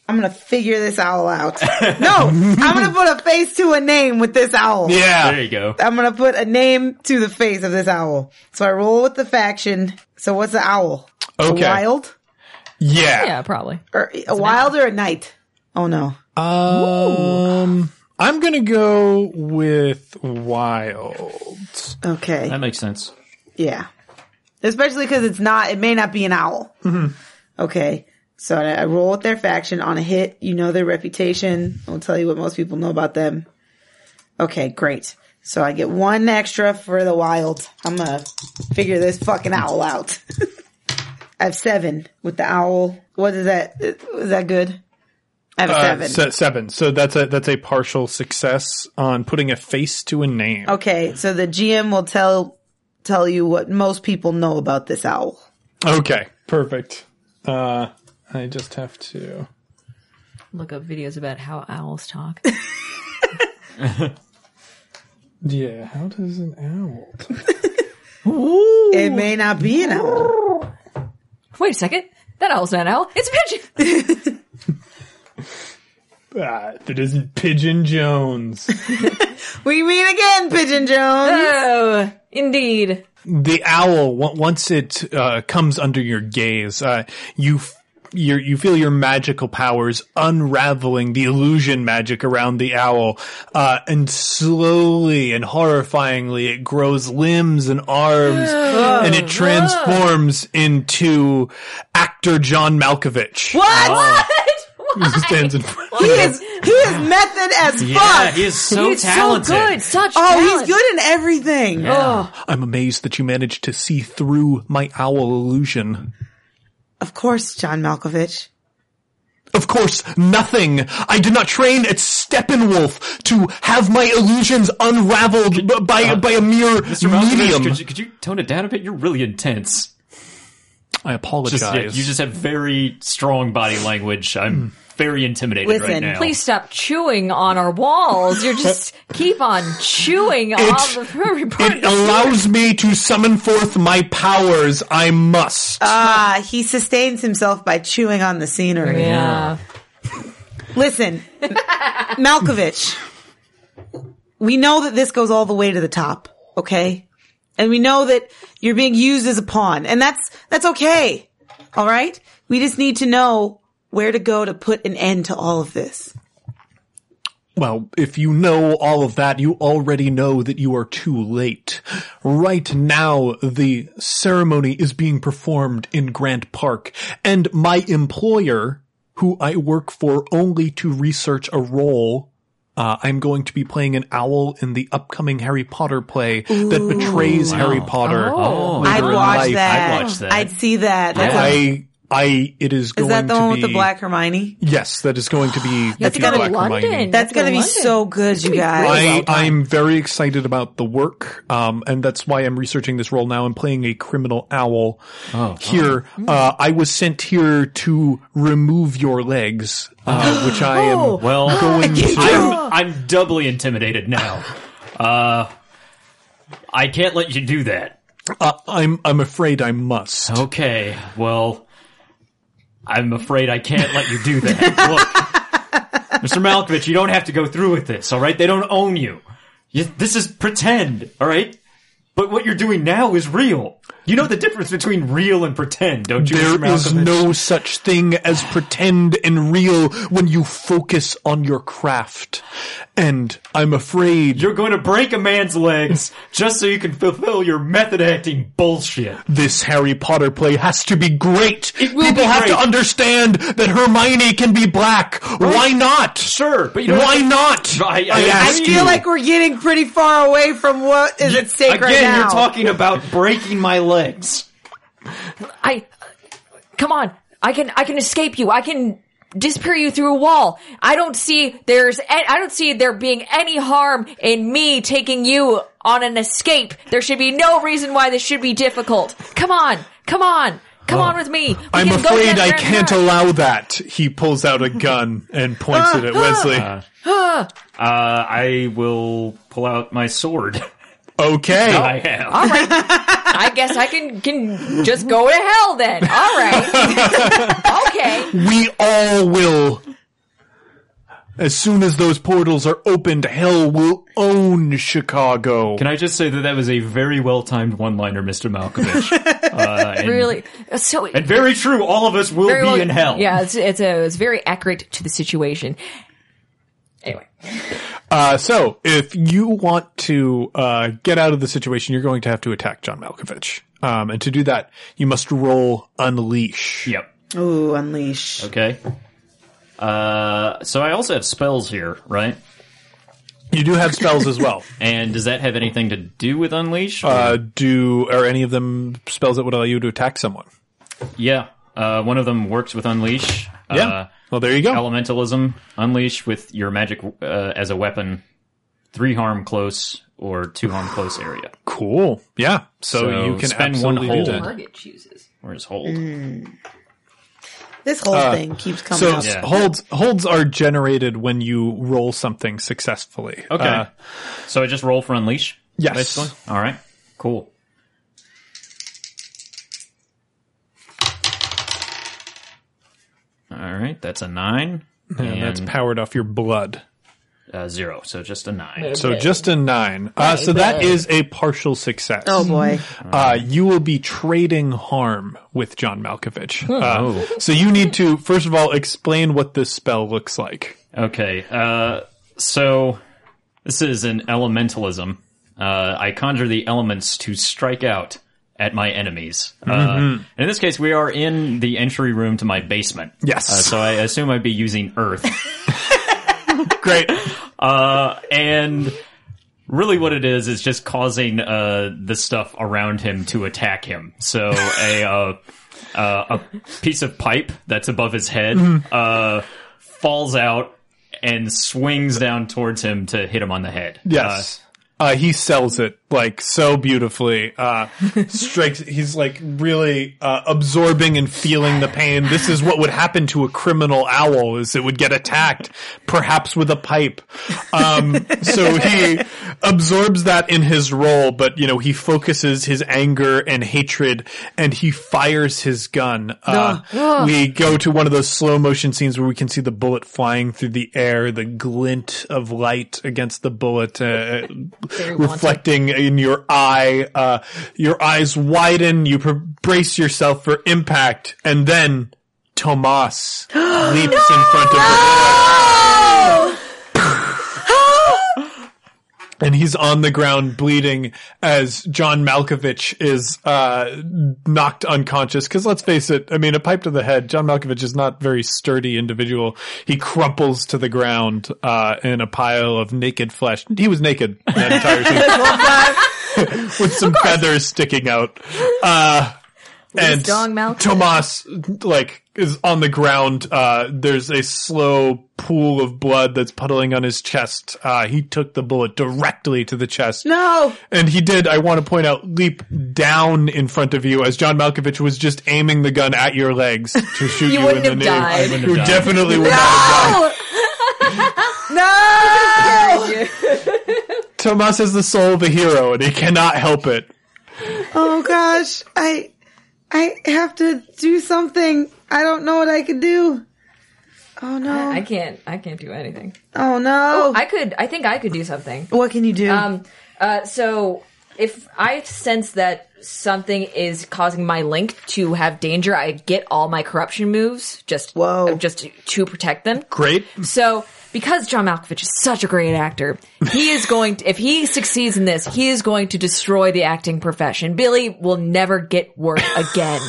Speaker 5: I'm gonna figure this owl out. No, I'm gonna put a face to a name with this owl.
Speaker 6: There
Speaker 1: Yeah.
Speaker 6: you go.
Speaker 5: I'm gonna put a name to the face of this owl. So I roll with the faction. So what's the owl?
Speaker 1: Okay.
Speaker 5: A wild?
Speaker 1: Yeah.
Speaker 4: Yeah, probably.
Speaker 5: Or a wild or a night? Oh no.
Speaker 1: Um, I'm gonna go with wild.
Speaker 5: Okay.
Speaker 6: That makes sense.
Speaker 5: yeah. Especially because it's not, it may not be an owl. Okay. So I I roll with their faction on a hit. You know their reputation. I'll tell you what most people know about them. Okay, great. So I get one extra for the wild. I'm gonna figure this fucking owl out. I have seven with the owl. What is that? Is that good? I have a
Speaker 1: Uh,
Speaker 5: seven.
Speaker 1: se- seven. So that's a that's a partial success on putting a face to a name.
Speaker 5: Okay, so the GM will tell tell you what most people know about this owl.
Speaker 1: Okay, perfect. Uh, I just have to.
Speaker 4: Look up videos about how owls talk.
Speaker 1: Yeah, how does an owl?
Speaker 5: It may not be an owl.
Speaker 4: Wait a second. That owl's not an owl. It's a pigeon.
Speaker 1: Ah, that isn't Pigeon Jones.
Speaker 5: We meet again, Pigeon Jones.
Speaker 6: Uh,
Speaker 4: Oh, indeed.
Speaker 1: the owl on- once it uh, comes under your gaze, uh, you. F- you you feel your magical powers unraveling the illusion magic around the owl, uh, and slowly and horrifyingly it grows limbs and arms, and it transforms into actor John Malkovich.
Speaker 5: What?
Speaker 6: oh.
Speaker 4: What?
Speaker 1: Who stands in front?
Speaker 5: He is he is method as
Speaker 6: Yeah,
Speaker 5: fuck.
Speaker 6: he is so
Speaker 4: He's
Speaker 6: talented.
Speaker 4: so good. Such
Speaker 5: oh,
Speaker 4: talent.
Speaker 5: he's good in everything.
Speaker 1: I'm amazed that you managed to see through my owl illusion.
Speaker 5: Of course, John Malkovich.
Speaker 1: Of course, nothing. I did not train at Steppenwolf to have my illusions unraveled b- by by a mere
Speaker 6: Uh, Mr. Malkovich,
Speaker 1: medium.
Speaker 6: could you, could you tone it down a bit? You're really intense.
Speaker 1: I Hmm. apologize.
Speaker 6: Just, yeah, you just have very strong body language. I'm very intimidated right
Speaker 5: Listen,
Speaker 6: now.
Speaker 4: Please stop chewing on our walls. You're just keep on chewing on
Speaker 1: It's-
Speaker 4: the very part.
Speaker 1: it allows me to summon forth my powers. I must.
Speaker 5: Ah, he sustains himself by chewing on the scenery.
Speaker 4: yeah.
Speaker 5: Listen, Malkovich, we know that this goes all the way to the top, okay? And we know that you're being used as a pawn, and that's, that's okay. All right? We just need to know where to go to put an end to all of this.
Speaker 1: Well, if you know all of that, you already know that you are too late. Right now, the ceremony is being performed in Grant Park, and my employer, who I work for only to research a role, uh, I'm going to be playing an owl in the upcoming Harry Potter play that betrays Harry Potter.
Speaker 4: Oh.
Speaker 1: later
Speaker 5: I'd
Speaker 1: in
Speaker 5: watch
Speaker 1: life.
Speaker 5: that.
Speaker 6: I'd watch that.
Speaker 5: I'd see that. That's a-
Speaker 1: I, I, it is,
Speaker 5: is
Speaker 1: going
Speaker 5: that the
Speaker 1: to
Speaker 5: one
Speaker 1: be,
Speaker 5: with the Black Hermione?
Speaker 1: Yes, that is going to be.
Speaker 4: That's
Speaker 1: the
Speaker 4: gonna
Speaker 1: Black
Speaker 4: be London.
Speaker 1: Hermione.
Speaker 5: That's
Speaker 4: Go
Speaker 5: gonna be
Speaker 4: London.
Speaker 5: so good, you guys.
Speaker 1: I, I'm very excited about the work, um, and that's why I'm researching this role now. I'm playing a criminal owl
Speaker 6: Oh,
Speaker 1: here. Uh, I was sent here to remove your legs, uh, which I am
Speaker 6: Well,
Speaker 1: going to.
Speaker 6: I'm, I'm doubly intimidated now. Uh, I can't let you do that.
Speaker 1: Uh, I'm I'm afraid I must.
Speaker 6: Okay, well, I'm afraid I can't let you do that. Look, Mr. Malkovich, you don't have to go through with this, all right? They don't own you. you. This is pretend, all right? But what you're doing now is real. You know the difference between real and pretend, don't you,
Speaker 1: There
Speaker 6: Mr. Malkovich?
Speaker 1: is no such thing as pretend and real when you focus on your craft, and I'm afraid
Speaker 6: You're going to break a man's legs just so you can fulfill your method acting bullshit.
Speaker 1: this Harry Potter play has to be great.
Speaker 6: It will
Speaker 1: People
Speaker 6: be
Speaker 1: have
Speaker 6: great.
Speaker 1: to understand that Hermione can be black. Why not?
Speaker 6: Sure, but you know
Speaker 1: Why not?
Speaker 6: I- I
Speaker 5: I
Speaker 6: ask
Speaker 5: feel
Speaker 6: you.
Speaker 5: like we're getting pretty far away from what is at stake
Speaker 6: Again,
Speaker 5: right now.
Speaker 6: you're talking about breaking my legs.
Speaker 4: I come on. I can I can escape you. I can disappear you through a wall. I don't see there's, I I don't see there being any harm in me taking you on an escape. There should be no reason why this should be difficult. Come on, come on, come on with me. We
Speaker 1: I'm
Speaker 4: can go
Speaker 1: afraid
Speaker 4: together
Speaker 1: I
Speaker 4: and
Speaker 1: can't
Speaker 4: run."
Speaker 1: allow that. He pulls out a gun and points it at Wesley.
Speaker 4: uh.
Speaker 6: Uh, I will pull out my sword.
Speaker 1: Okay.
Speaker 6: I have.
Speaker 4: All right. I guess I can can just go to hell then. All right. okay.
Speaker 1: We all will. As soon as those portals are opened, hell will own Chicago.
Speaker 6: Can I just say that that was a very well timed one liner, Mr. Malkovich? uh, and,
Speaker 4: Really. So
Speaker 6: And very true. All of us will
Speaker 4: very
Speaker 6: be
Speaker 4: well-
Speaker 6: in hell.
Speaker 4: Yeah, it's it's, a, it's very accurate to the situation. Anyway,
Speaker 1: Uh, so, if you want to uh, get out of the situation, you're going to have to attack John Malkovich. Um, and to do that, you must roll Unleash.
Speaker 6: Yep.
Speaker 5: Ooh, unleash.
Speaker 6: Okay. Uh, so I also have spells here, right?
Speaker 1: You do have spells as well.
Speaker 6: And does that have anything to do with unleash?
Speaker 1: Uh, do are any of them spells that would allow you to attack someone?
Speaker 6: yeah. Uh, one of them works with unleash. Uh,
Speaker 1: well, there you go.
Speaker 6: elementalism unleash with your magic uh, as a weapon, three harm close or two harm close area.
Speaker 1: cool. Yeah. So,
Speaker 6: So
Speaker 1: you can
Speaker 6: spend one
Speaker 1: absolutely do
Speaker 6: hold.
Speaker 1: that.
Speaker 4: target chooses.
Speaker 6: Where's hold?
Speaker 5: This whole thing keeps coming
Speaker 1: So
Speaker 5: up.
Speaker 6: Yeah.
Speaker 1: holds holds are generated when you roll something successfully.
Speaker 6: Okay.
Speaker 1: Uh,
Speaker 6: so I just roll for unleash.
Speaker 1: Yes.
Speaker 6: Basically. All right. Cool. All right. That's a nine.
Speaker 1: and, that's powered off your blood.
Speaker 6: uh, zero. So just a nine.
Speaker 1: So just a nine. Uh, so that is a partial success.
Speaker 5: Oh boy.
Speaker 1: Uh, you will be trading harm with John Malkovich.
Speaker 6: oh.
Speaker 1: Uh, so you need to first of all explain what this spell looks like.
Speaker 6: Okay, uh, so this is an elementalism. Uh, I conjure the elements to strike out at my enemies. Uh,
Speaker 1: Mm-hmm.
Speaker 6: in this case, we are in the entry room to my basement.
Speaker 1: Yes.
Speaker 6: Uh, so I assume I'd be using Earth.
Speaker 1: Great.
Speaker 6: Uh, and really what it is is just causing uh, the stuff around him to attack him. So a uh, uh, a piece of pipe that's above his head uh, falls out and swings down towards him to hit him on the head.
Speaker 1: Yes. Uh, he sells it like so beautifully. Uh, strikes. He's like really uh, absorbing and feeling the pain. This is what would happen to a criminal owl: is it would get attacked, perhaps with a pipe. Um, so he absorbs that in his role, but you know he focuses his anger and hatred, and he fires his gun. Uh, we go to one of those slow motion scenes where we can see the bullet flying through the air, the glint of light against the bullet uh, reflecting in your eye. Uh, your eyes widen. You pr- brace yourself for impact, and then Tomas leaps in front of her. And he's on the ground bleeding as John Malkovich is uh, knocked unconscious. Because let's face it, I mean, a pipe to the head. John Malkovich is not a very sturdy individual. He crumples to the ground uh, in a pile of naked flesh. He was naked that entire scene, with some feathers sticking out. Uh, and
Speaker 4: dong Malkovich.
Speaker 1: Tomas like is on the ground. Uh, there's a slow pool of blood that's puddling on his chest. Uh, he took the bullet directly to the chest.
Speaker 5: No.
Speaker 1: And he did, I want to point out, leap down in front of you as John Malkovich was just aiming the gun at your legs to shoot you, in
Speaker 4: wouldn't
Speaker 1: the
Speaker 4: have
Speaker 1: knee.
Speaker 4: died. I
Speaker 6: wouldn't have
Speaker 1: You
Speaker 6: died.
Speaker 1: definitely would not have
Speaker 4: oh.
Speaker 1: died.
Speaker 5: No.
Speaker 1: Tomas is the soul of a hero and he cannot help it.
Speaker 5: Oh gosh. I I have to do something. I don't know what I can do. Oh no.
Speaker 4: I can't. I can't do anything.
Speaker 5: oh no.
Speaker 4: I could. I think I could do something.
Speaker 5: what can you do?
Speaker 4: Um. Uh. So if I sense that something is causing my link to have danger, I get all my corruption moves just
Speaker 5: Whoa.
Speaker 4: just to, to protect them.
Speaker 1: Great.
Speaker 4: So, because John Malkovich is such a great actor, he is going to, if he succeeds in this, he is going to destroy the acting profession. Billy will never get work again.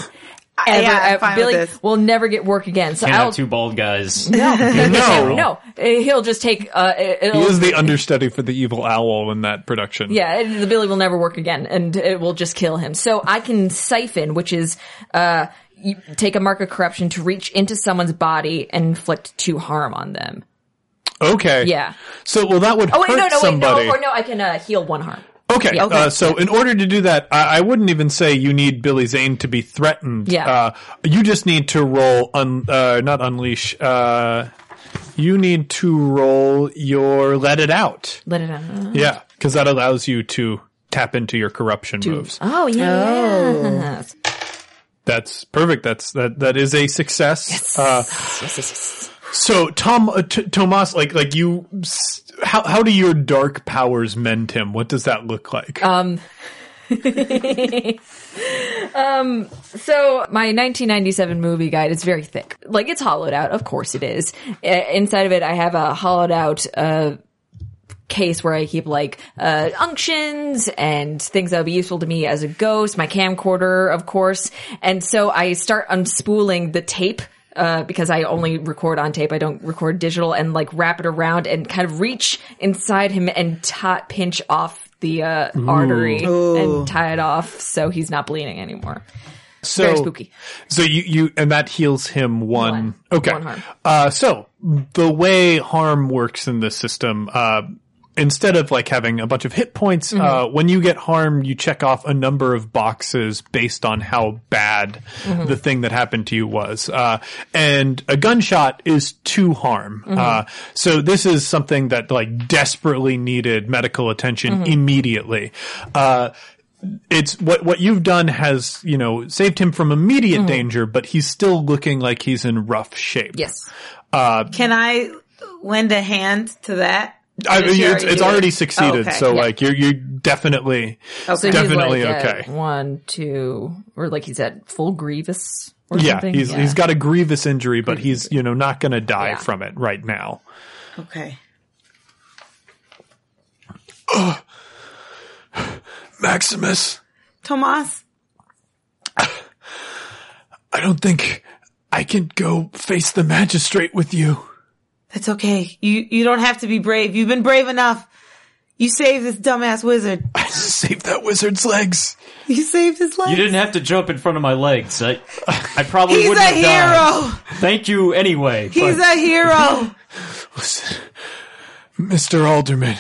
Speaker 4: Ever,
Speaker 5: yeah, I'm
Speaker 4: ever.
Speaker 5: fine with
Speaker 4: Billy
Speaker 5: this.
Speaker 4: will never get work again. So
Speaker 6: And
Speaker 4: I'll,
Speaker 6: have two bald guys.
Speaker 1: No.
Speaker 4: no, Uh, he'll just take, uh, it-
Speaker 1: Oh. He
Speaker 4: it'll,
Speaker 1: was the understudy for the evil owl in that production.
Speaker 4: yeah, it- the Billy will never work again and it will just kill him. So I can siphon, which is, uh, you take a mark of corruption to reach into someone's body and inflict two harm on them.
Speaker 1: Okay.
Speaker 4: Yeah.
Speaker 1: So, well, that would
Speaker 4: Oh wait,
Speaker 1: hurt
Speaker 4: no, no, wait,
Speaker 1: somebody.
Speaker 4: no, or no, I can uh, heal one harm.
Speaker 1: Okay,
Speaker 4: Yeah.
Speaker 1: Uh, so in order to do that, I, I wouldn't even say you need Billy Zane to be threatened.
Speaker 4: Yeah.
Speaker 1: Uh, you just need to roll, un, uh, not unleash, uh, you need to roll your let it out.
Speaker 4: Let it out.
Speaker 1: Yeah, because that allows you to tap into your corruption moves.
Speaker 4: Oh yeah.
Speaker 1: Oh.
Speaker 4: Yes.
Speaker 1: That's perfect. That's that. That is a success. Uh,
Speaker 4: yes, yes, yes.
Speaker 1: so Tom, uh, T- Tomas, like like you, s- how how do your dark powers mend him? What does that look like?
Speaker 4: So my 1997 movie guide is very thick. Like it's hollowed out. Of course it is. I- inside of it, I have a hollowed out, uh, case where I keep like, uh, unctions and things that'll be useful to me as a ghost, my camcorder, of course. And so I start unspooling the tape. Uh, because I only record on tape, I don't record digital, and like wrap it around and kind of reach inside him and t- pinch off the uh, artery and tie it off so he's not bleeding anymore.
Speaker 1: so
Speaker 4: very spooky.
Speaker 1: So you you and that heals him one.
Speaker 4: One.
Speaker 1: Okay.
Speaker 4: One harm.
Speaker 1: Uh, so the way harm works in this system, uh, instead of like having a bunch of hit points, uh,
Speaker 4: Mm-hmm.
Speaker 1: when you get harm, you check off a number of boxes based on how bad
Speaker 4: Mm-hmm.
Speaker 1: the thing that happened to you was. Uh, and a gunshot is two harm. Uh,
Speaker 4: Mm-hmm.
Speaker 1: so this is something that like desperately needed medical attention
Speaker 4: Mm-hmm.
Speaker 1: immediately. Uh, it's what what you've done has you know saved him from immediate danger, but he's still looking like he's in rough shape.
Speaker 4: Yes.
Speaker 5: Can I lend a hand to that?
Speaker 1: I
Speaker 5: Did
Speaker 1: mean,
Speaker 5: she
Speaker 1: it's,
Speaker 5: already
Speaker 1: it's
Speaker 5: do it?
Speaker 1: already succeeded.
Speaker 5: Oh, okay.
Speaker 1: So
Speaker 5: Yeah.
Speaker 1: like you're you're definitely
Speaker 4: So he's
Speaker 1: definitely
Speaker 4: like at
Speaker 1: okay.
Speaker 4: one, two, or like he's at full grievous. Or
Speaker 1: yeah,
Speaker 4: something.
Speaker 1: he's he's got a grievous injury, but he's you know not going to die
Speaker 4: Yeah.
Speaker 1: from it right now.
Speaker 5: Okay.
Speaker 1: Maximus,
Speaker 5: Tomas,
Speaker 1: I don't think I can go face the magistrate with you.
Speaker 5: that's okay. You you don't have to be brave. You've been brave enough. You saved this dumbass wizard.
Speaker 1: Save that wizard's legs.
Speaker 5: You saved his life.
Speaker 6: You didn't have to jump in front of my legs. I, I probably
Speaker 5: He's
Speaker 6: wouldn't
Speaker 5: a
Speaker 6: have died.
Speaker 5: hero.
Speaker 6: Thank you anyway.
Speaker 5: He's
Speaker 6: but
Speaker 5: a hero.
Speaker 1: Listen, Mr. Alderman,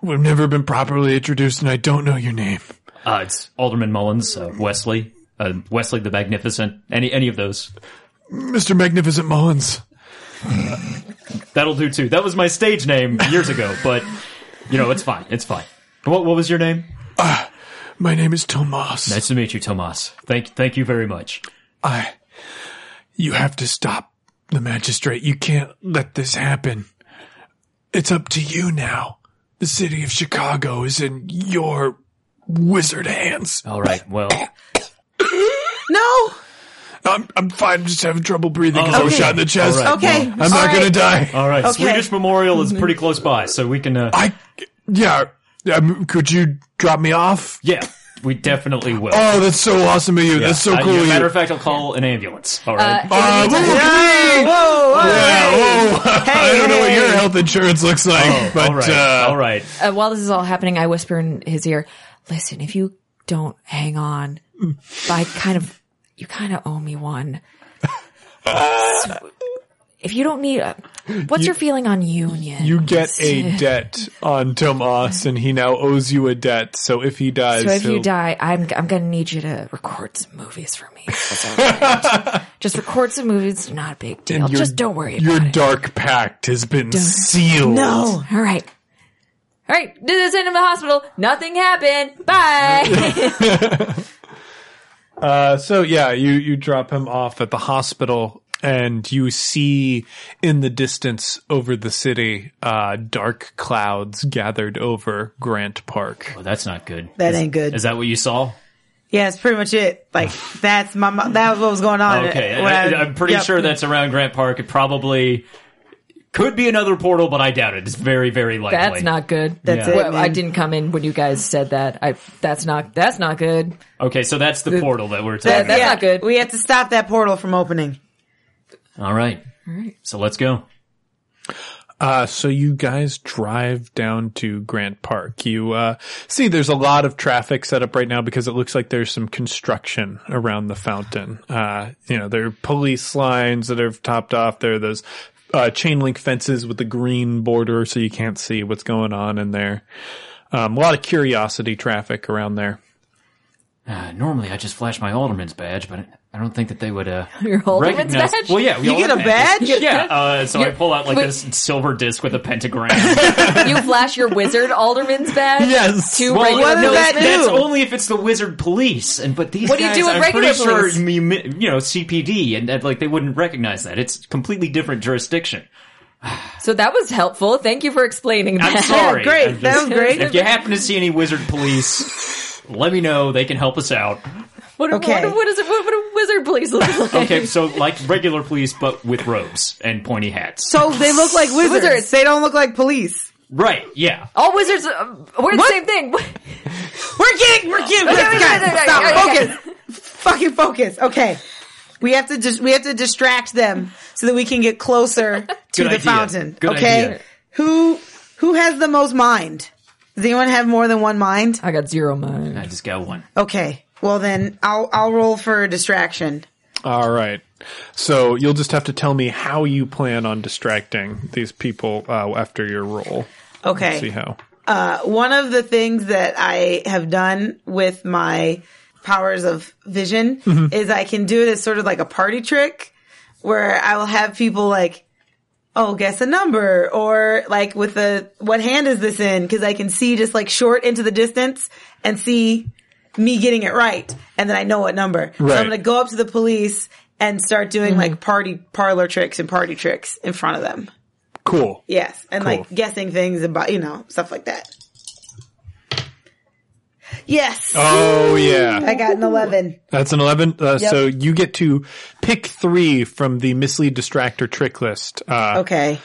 Speaker 1: we've never been properly introduced, and I don't know your name.
Speaker 6: uh, it's Alderman Mullins, uh, Wesley, uh, Wesley the Magnificent. Any any of those.
Speaker 1: Mr. Magnificent Mullins.
Speaker 6: That'll do too. That was my stage name years ago, but you know, it's fine. It's fine. What what was your name?
Speaker 1: My name is Tomas.
Speaker 6: Nice to meet you, Tomas. Thank thank you very much.
Speaker 1: I. You have to stop the magistrate. You can't let this happen. It's up to you now. The city of Chicago is in your wizard hands.
Speaker 6: All right. Well,
Speaker 5: No.
Speaker 1: I'm, I'm fine. I'm just having trouble breathing because I was
Speaker 5: Okay.
Speaker 1: shot in the chest.
Speaker 6: All right.
Speaker 5: Okay.
Speaker 6: Well,
Speaker 1: I'm
Speaker 5: All
Speaker 1: not
Speaker 5: right.
Speaker 1: going to die.
Speaker 6: all right.
Speaker 5: Okay.
Speaker 6: Swedish Memorial is pretty close by, so we can. Uh,
Speaker 1: I. Yeah. Um, could you drop me off?
Speaker 6: yeah, we definitely will.
Speaker 1: Oh, that's so awesome of you.
Speaker 6: Yeah.
Speaker 1: That's so
Speaker 6: Uh,
Speaker 1: cool.
Speaker 6: yeah,
Speaker 1: of you.
Speaker 6: matter of fact, I'll call an ambulance. All right.
Speaker 1: Uh, whoa, look at me!
Speaker 5: Whoa. whoa,
Speaker 1: Yeah,
Speaker 5: hey.
Speaker 1: whoa. I don't know what
Speaker 5: hey.
Speaker 1: your health insurance looks like,
Speaker 6: Oh,
Speaker 1: but
Speaker 6: all right.
Speaker 1: uh,
Speaker 6: all right.
Speaker 4: Uh, while this is all happening, I whisper in his ear, "Listen, if you don't hang on, I kind of, you kind of owe me one. So, if you don't need, uh, what's your feeling on union?
Speaker 1: you get a debt on Tomas, and he now owes you a debt. So if he dies,
Speaker 4: so if you
Speaker 1: he'll-
Speaker 4: die, I'm I'm gonna need you to record some movies for me. That's all right. Just record some movies. Not a big deal.
Speaker 1: your-
Speaker 4: Just don't worry
Speaker 1: your
Speaker 4: about it.
Speaker 1: dark pact has been sealed.
Speaker 5: No.
Speaker 4: All right. All right. Did this end in the hospital. Nothing happened. Bye.
Speaker 1: Uh, so yeah, you you drop him off at the hospital, and you see in the distance over the city, uh, dark clouds gathered over Grant Park.
Speaker 6: Well, Oh, that's not good.
Speaker 5: That ain't good.
Speaker 6: Is that what you saw?
Speaker 5: Yeah, it's pretty much it. Like that's my mo- that was what was going on.
Speaker 6: Okay,
Speaker 5: When
Speaker 6: I, I, am pretty
Speaker 5: Uh, yep.
Speaker 6: sure that's around Grant Park. It probably could be another portal, but I doubt it. It's very, very likely.
Speaker 4: that's not good.
Speaker 5: That's
Speaker 6: Yeah.
Speaker 5: it.
Speaker 4: Well,
Speaker 5: man.
Speaker 4: I didn't come in when you guys said that. I that's not that's not good.
Speaker 6: Okay, so that's the portal that we're
Speaker 5: That-
Speaker 6: talking
Speaker 4: that's
Speaker 5: yeah,
Speaker 4: not good.
Speaker 5: We have to stop that portal from opening.
Speaker 6: about. All right. All right. So let's go.
Speaker 1: Uh, so you guys drive down to Grant Park. You uh, see there's a lot of traffic set up right now because it looks like there's some construction around the fountain. Uh, you know, there are police lines that are topped off. There are those uh, chain link fences with the green border so you can't see what's going on in there. Um, a lot of curiosity traffic around there.
Speaker 7: Uh, normally, I just flash my alderman's badge, but I don't think that they would. Uh,
Speaker 4: Your alderman's
Speaker 7: recognize-
Speaker 4: badge?
Speaker 7: Well, yeah, we
Speaker 5: You
Speaker 7: all
Speaker 5: get a
Speaker 7: have badges.
Speaker 5: badge?
Speaker 6: Yeah, uh, so I
Speaker 4: Yeah.
Speaker 6: pull out like
Speaker 4: Wait.
Speaker 6: this silver disc with a pentagram.
Speaker 4: you flash your wizard alderman's badge.
Speaker 1: Yes.
Speaker 4: To
Speaker 7: Well,
Speaker 4: regular
Speaker 5: What does
Speaker 4: no,
Speaker 5: that do?
Speaker 7: That's only if it's the wizard police. And but these
Speaker 4: What do you
Speaker 7: guys,
Speaker 4: do with
Speaker 7: I'm
Speaker 4: regular
Speaker 7: pretty sure
Speaker 4: police?
Speaker 7: you, you know CPD, and, and like they wouldn't recognize that. It's completely different jurisdiction.
Speaker 4: So that was helpful. Thank you for explaining that.
Speaker 7: I'm sorry.
Speaker 5: great.
Speaker 7: I'm
Speaker 5: That was great.
Speaker 7: If you happen to see any wizard police, let me know. They can help us out.
Speaker 4: What,
Speaker 5: Okay.
Speaker 4: what, what is it? What would a wizard police look like?
Speaker 7: Okay,
Speaker 6: so like regular police, but with robes and pointy hats.
Speaker 5: So they look like wizards.
Speaker 4: Wizards.
Speaker 5: They don't look like police.
Speaker 7: Right? Yeah.
Speaker 4: All wizards, uh, we're the same thing.
Speaker 5: We're getting, we're getting,
Speaker 4: Okay, okay,
Speaker 5: guys,
Speaker 4: okay, okay,
Speaker 5: stop,
Speaker 4: okay.
Speaker 5: focus. Fucking focus. Okay. We have to dis- we have to distract them so that we can get closer to
Speaker 7: Good
Speaker 5: the
Speaker 7: idea.
Speaker 5: fountain.
Speaker 7: Good
Speaker 5: okay.
Speaker 7: idea.
Speaker 5: Who who has the most mind? Does anyone have more than one mind?
Speaker 4: I got zero mind.
Speaker 7: I just got one.
Speaker 5: Okay. Well then I'll I'll roll for distraction.
Speaker 1: All right. So you'll just have to tell me how you plan on distracting these people uh, after your roll.
Speaker 5: Okay.
Speaker 1: See how.
Speaker 5: Uh, one of the things that I have done with my powers of vision is I can do it as sort of like a party trick where I will have people like, Oh, guess a number or like with the, what hand is this in? Cause I can see just like short into the distance and see me getting it right. And then I know what number. So
Speaker 1: Right.
Speaker 5: I'm going to go up to the police and start doing like party parlor tricks and party tricks in front of them.
Speaker 1: Cool.
Speaker 5: Yes, and
Speaker 1: Cool.
Speaker 5: like guessing things about you know stuff like that. Yes,
Speaker 1: Oh yeah,
Speaker 5: I got an eleven.
Speaker 1: that's an eleven. Uh, So you get to pick three from the mislead, distract, or trick list. Uh,
Speaker 5: Okay,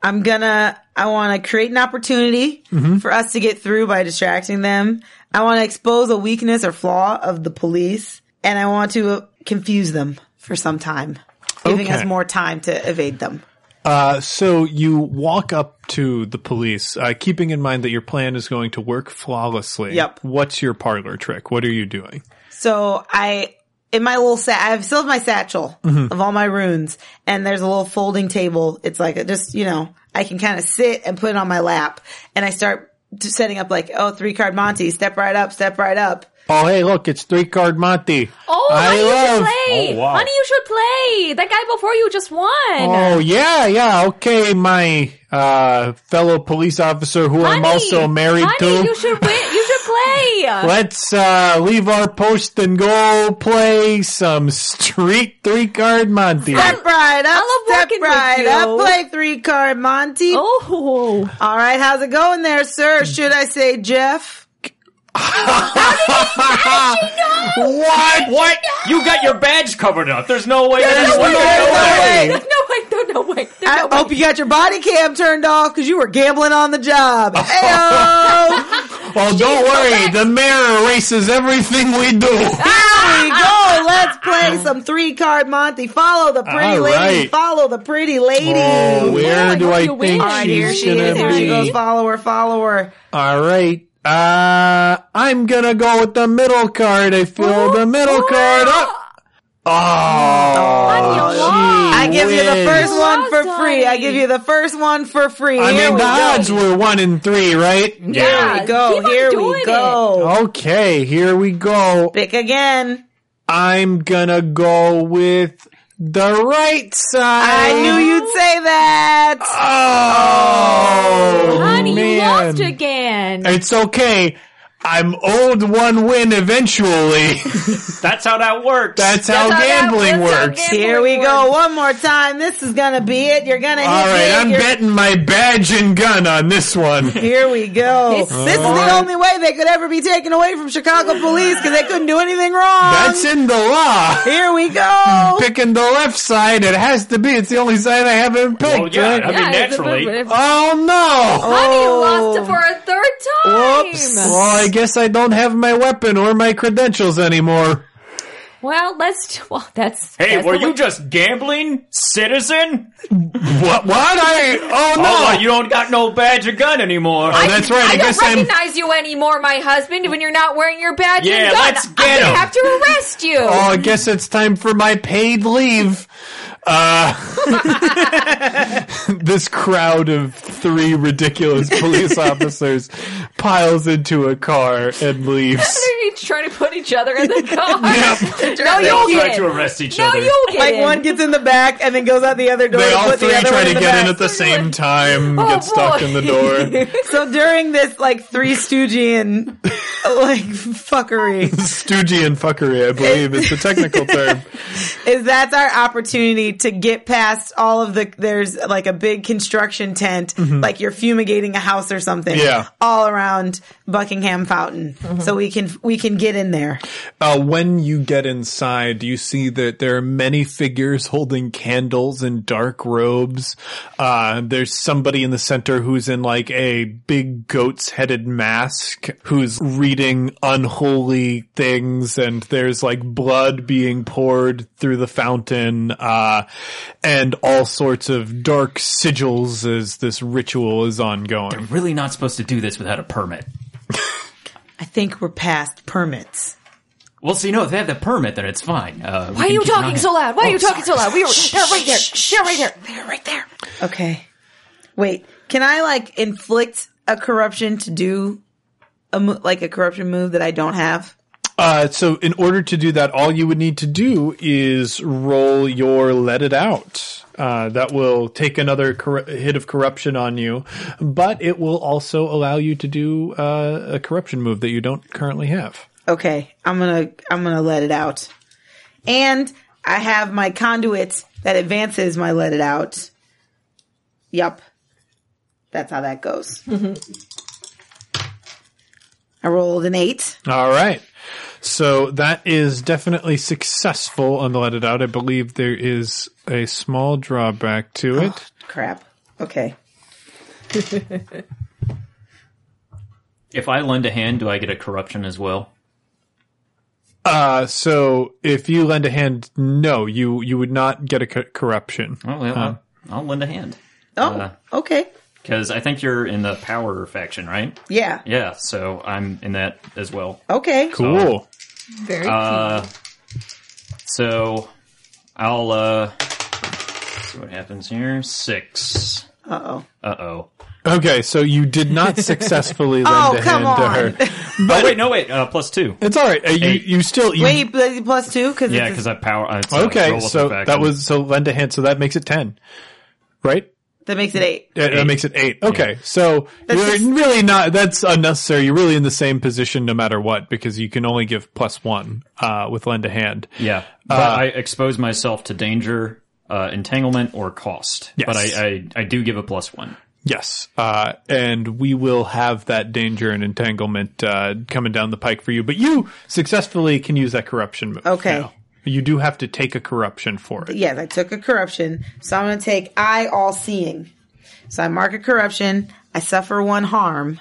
Speaker 5: I'm gonna. I want to create an opportunity
Speaker 1: Mm-hmm.
Speaker 5: for us to get through by distracting them. I want to expose a weakness or flaw of the police, and I want to confuse them for some time, giving
Speaker 1: Okay.
Speaker 5: us more time to evade them.
Speaker 1: Uh, so you walk up to the police, uh, keeping in mind that your plan is going to work flawlessly.
Speaker 5: Yep.
Speaker 1: What's your parlor trick? What are you doing?
Speaker 5: So I, in my little sa I have still have my satchel of all my runes and there's a little folding table. It's like a, just, you know, I can kind of sit and put it on my lap and I start t- setting up like, oh, three card Monty, step right up, step right up.
Speaker 1: Oh hey, look, it's three card Monty.
Speaker 2: Oh, honey,
Speaker 1: love.
Speaker 2: you should play.
Speaker 6: Oh, wow.
Speaker 2: Honey, you should play. That guy before you just won.
Speaker 1: Oh yeah, yeah, okay, my uh, fellow police officer who I'm
Speaker 2: Honey,
Speaker 1: also married
Speaker 2: honey,
Speaker 1: to.
Speaker 2: You should win. You should play.
Speaker 1: Let's uh, leave our post and go play some street three card Monty.
Speaker 5: Step right
Speaker 2: love
Speaker 5: up, step
Speaker 2: working with
Speaker 5: right up,
Speaker 2: you.
Speaker 5: play three card Monty.
Speaker 2: Oh,
Speaker 5: All right, how's it going there, sir? Should I say Jeff?
Speaker 1: What?
Speaker 7: What? You got your badge covered up. There's no way.
Speaker 5: There's no way.
Speaker 2: Oh, no way! No, no way! There's
Speaker 5: I
Speaker 2: no way.
Speaker 5: hope you got your body cam turned off because you were gambling on the job. Heyo!
Speaker 1: Well, don't worry. The mayor erases everything we do.
Speaker 5: Here we go. Let's play some three card Monty. Follow the pretty
Speaker 1: All
Speaker 5: lady.
Speaker 1: right.
Speaker 5: Follow the pretty lady.
Speaker 1: Oh, where do I
Speaker 2: you win.
Speaker 1: think
Speaker 2: All right,
Speaker 5: Here
Speaker 1: she's
Speaker 5: she is. Here
Speaker 1: gonna
Speaker 5: she goes.
Speaker 1: be?
Speaker 5: Follow her. Follow her.
Speaker 1: All right. Uh, I'm gonna go with the middle card. I feel the middle card up. Oh,
Speaker 2: Honey, you
Speaker 1: she
Speaker 2: lost.
Speaker 5: I give you the
Speaker 1: wins.
Speaker 5: first one for
Speaker 2: Lost,
Speaker 5: free. I
Speaker 2: honey.
Speaker 5: give you the first one for free.
Speaker 1: I
Speaker 5: Here
Speaker 1: mean,
Speaker 5: we
Speaker 1: the odds
Speaker 5: go.
Speaker 1: were one in three, right?
Speaker 5: Here we go.
Speaker 2: Keep on
Speaker 5: Here
Speaker 2: doing
Speaker 5: we
Speaker 2: it.
Speaker 1: Oh.
Speaker 5: go.
Speaker 1: Okay, here we go.
Speaker 5: Pick again.
Speaker 1: I'm gonna go with the right
Speaker 5: I
Speaker 1: side.
Speaker 5: knew you'd say that.
Speaker 1: Oh,
Speaker 2: Honey, you
Speaker 1: man.
Speaker 2: lost again.
Speaker 1: It's okay. I'm owed one win eventually.
Speaker 7: That's how that works.
Speaker 1: That's how gambling
Speaker 2: that's how
Speaker 1: works.
Speaker 2: gambling-
Speaker 5: Here we go. One more time. This is gonna be it. You're gonna hit
Speaker 1: All right,
Speaker 5: it.
Speaker 1: I'm
Speaker 5: You're-
Speaker 1: betting my badge and gun on this one.
Speaker 5: Here we go.
Speaker 2: It's
Speaker 5: this is the only way they could ever be taken away from Chicago police because they couldn't do anything wrong.
Speaker 1: That's in the law.
Speaker 5: Here we go.
Speaker 1: Picking the left side, it has to be. It's the only side I haven't
Speaker 6: Well,
Speaker 1: picked.
Speaker 6: yeah, I
Speaker 1: right?
Speaker 6: mean,
Speaker 2: Yeah, it's a
Speaker 6: naturally.
Speaker 2: bit- but-
Speaker 1: Oh no!
Speaker 2: Honey, you
Speaker 5: Oh.
Speaker 2: lost it for a third time.
Speaker 1: Whoops. Well, I guess I don't have my weapon or my credentials anymore.
Speaker 4: Well, let's. t- Well, that's.
Speaker 6: Hey,
Speaker 4: that's
Speaker 6: were
Speaker 4: the
Speaker 6: you
Speaker 4: way-
Speaker 6: just gambling, citizen?
Speaker 1: What? What? I? Oh no!
Speaker 6: Oh, you don't got no badge or gun anymore.
Speaker 1: Oh, that's right. I,
Speaker 4: I
Speaker 1: guess
Speaker 4: don't
Speaker 1: I'm.
Speaker 4: recognize you anymore, my husband. When you're not wearing your badge
Speaker 6: Yeah,
Speaker 4: and gun,
Speaker 6: let's get
Speaker 4: I'm gonna
Speaker 6: him.
Speaker 4: have to arrest you.
Speaker 1: Oh, I guess it's time for my paid leave. Uh, this crowd of three ridiculous police officers piles into a car and leaves.
Speaker 4: They're each trying to put each other in the car. No,
Speaker 6: they all
Speaker 4: you'll
Speaker 6: tried
Speaker 4: get
Speaker 6: to
Speaker 4: in.
Speaker 6: arrest each
Speaker 4: No,
Speaker 6: other.
Speaker 4: you'll get
Speaker 5: Like
Speaker 4: in.
Speaker 5: one gets in the back and then goes out the other door.
Speaker 1: They
Speaker 5: to
Speaker 1: all
Speaker 5: put
Speaker 1: three
Speaker 5: the other
Speaker 1: try
Speaker 5: one
Speaker 1: to
Speaker 5: in the
Speaker 1: get in
Speaker 5: back.
Speaker 1: at the same time, get stuck
Speaker 4: boy.
Speaker 1: in the
Speaker 5: Oh,
Speaker 1: door.
Speaker 5: So during this like three Stoogian like fuckery,
Speaker 1: Stoogie and fuckery, I believe, is the technical term.
Speaker 5: is that's our opportunity to get past all of the there's like a big construction tent like you're fumigating a house or something
Speaker 1: Mm-hmm. Yeah. Mm-hmm.
Speaker 5: all around buckingham fountain so we can we can get in there
Speaker 1: Uh, when you get inside, you see that there are many figures holding candles in dark robes. Uh, there's somebody in the center who's in like a big goat's headed mask who's reading unholy things and there's like blood being poured through the fountain, uh, and all sorts of dark sigils as this ritual is ongoing.
Speaker 7: Really not supposed to do this without a permit.
Speaker 5: i think we're past permits
Speaker 7: Well, see, no, if they have the permit, then it's fine. Uh,
Speaker 4: Why are you talking so loud? Why are
Speaker 1: Oh,
Speaker 4: you talking so loud? We were they're right there. They're right there. They're right there.
Speaker 5: okay wait can i like inflict a corruption to do a mo- like a corruption move that i don't have
Speaker 1: Uh, so in order to do that, all you would need to do is roll your let it out. Uh, that will take another cor- hit of corruption on you, but it will also allow you to do uh, a corruption move that you don't currently have.
Speaker 5: okay i'm gonna i'm gonna let it out and i have my conduit that advances my let it out yep that's how that goes i rolled an eight
Speaker 1: All right. So that is definitely successful on the let it out. I believe there is a small drawback to it.
Speaker 5: crap okay
Speaker 7: If I lend a hand, do I get a corruption as well?
Speaker 1: Uh, so if you lend a hand, no, you, you would not get a co- corruption.
Speaker 7: Oh, well, I'll, I'll lend a hand.
Speaker 5: oh okay
Speaker 7: Because I think you're in the power faction, right?
Speaker 5: yeah,
Speaker 7: Yeah, so I'm in that as well.
Speaker 5: okay
Speaker 1: Cool.
Speaker 4: Very
Speaker 7: Uh, so I'll uh, see what happens here. Six.
Speaker 5: uh-oh
Speaker 7: Uh oh.
Speaker 1: Okay, so you did not successfully lend
Speaker 5: Oh,
Speaker 1: a hand
Speaker 5: come
Speaker 1: to her.
Speaker 7: Oh wait, no wait. Uh, plus two.
Speaker 1: It's all right. Uh, you
Speaker 7: Eight.
Speaker 1: you still you,
Speaker 5: wait pl- plus two because
Speaker 7: Yeah, because I power. Uh, it's a
Speaker 1: okay?
Speaker 7: roll-up
Speaker 1: So
Speaker 7: effect.
Speaker 1: that was so lend a hand. So that makes it ten, right?
Speaker 5: that makes it eight
Speaker 1: Yeah, That makes it eight. Okay, so
Speaker 5: That's
Speaker 1: you're
Speaker 5: just-
Speaker 1: really not. That's unnecessary. You're really in the same position no matter what because you can only give plus one uh, with lend a hand.
Speaker 7: Yeah, but I expose myself to danger, uh, entanglement, or cost.
Speaker 1: Yes.
Speaker 7: But I, I I do give a plus one.
Speaker 1: Yes, uh, and we will have that danger and entanglement uh, coming down the pike for you. But you successfully can use that corruption move.
Speaker 5: Okay.
Speaker 1: now. You do have to take a corruption for it.
Speaker 5: yes, I took a corruption. So I'm going to take I all seeing. So I mark a corruption. I suffer one harm.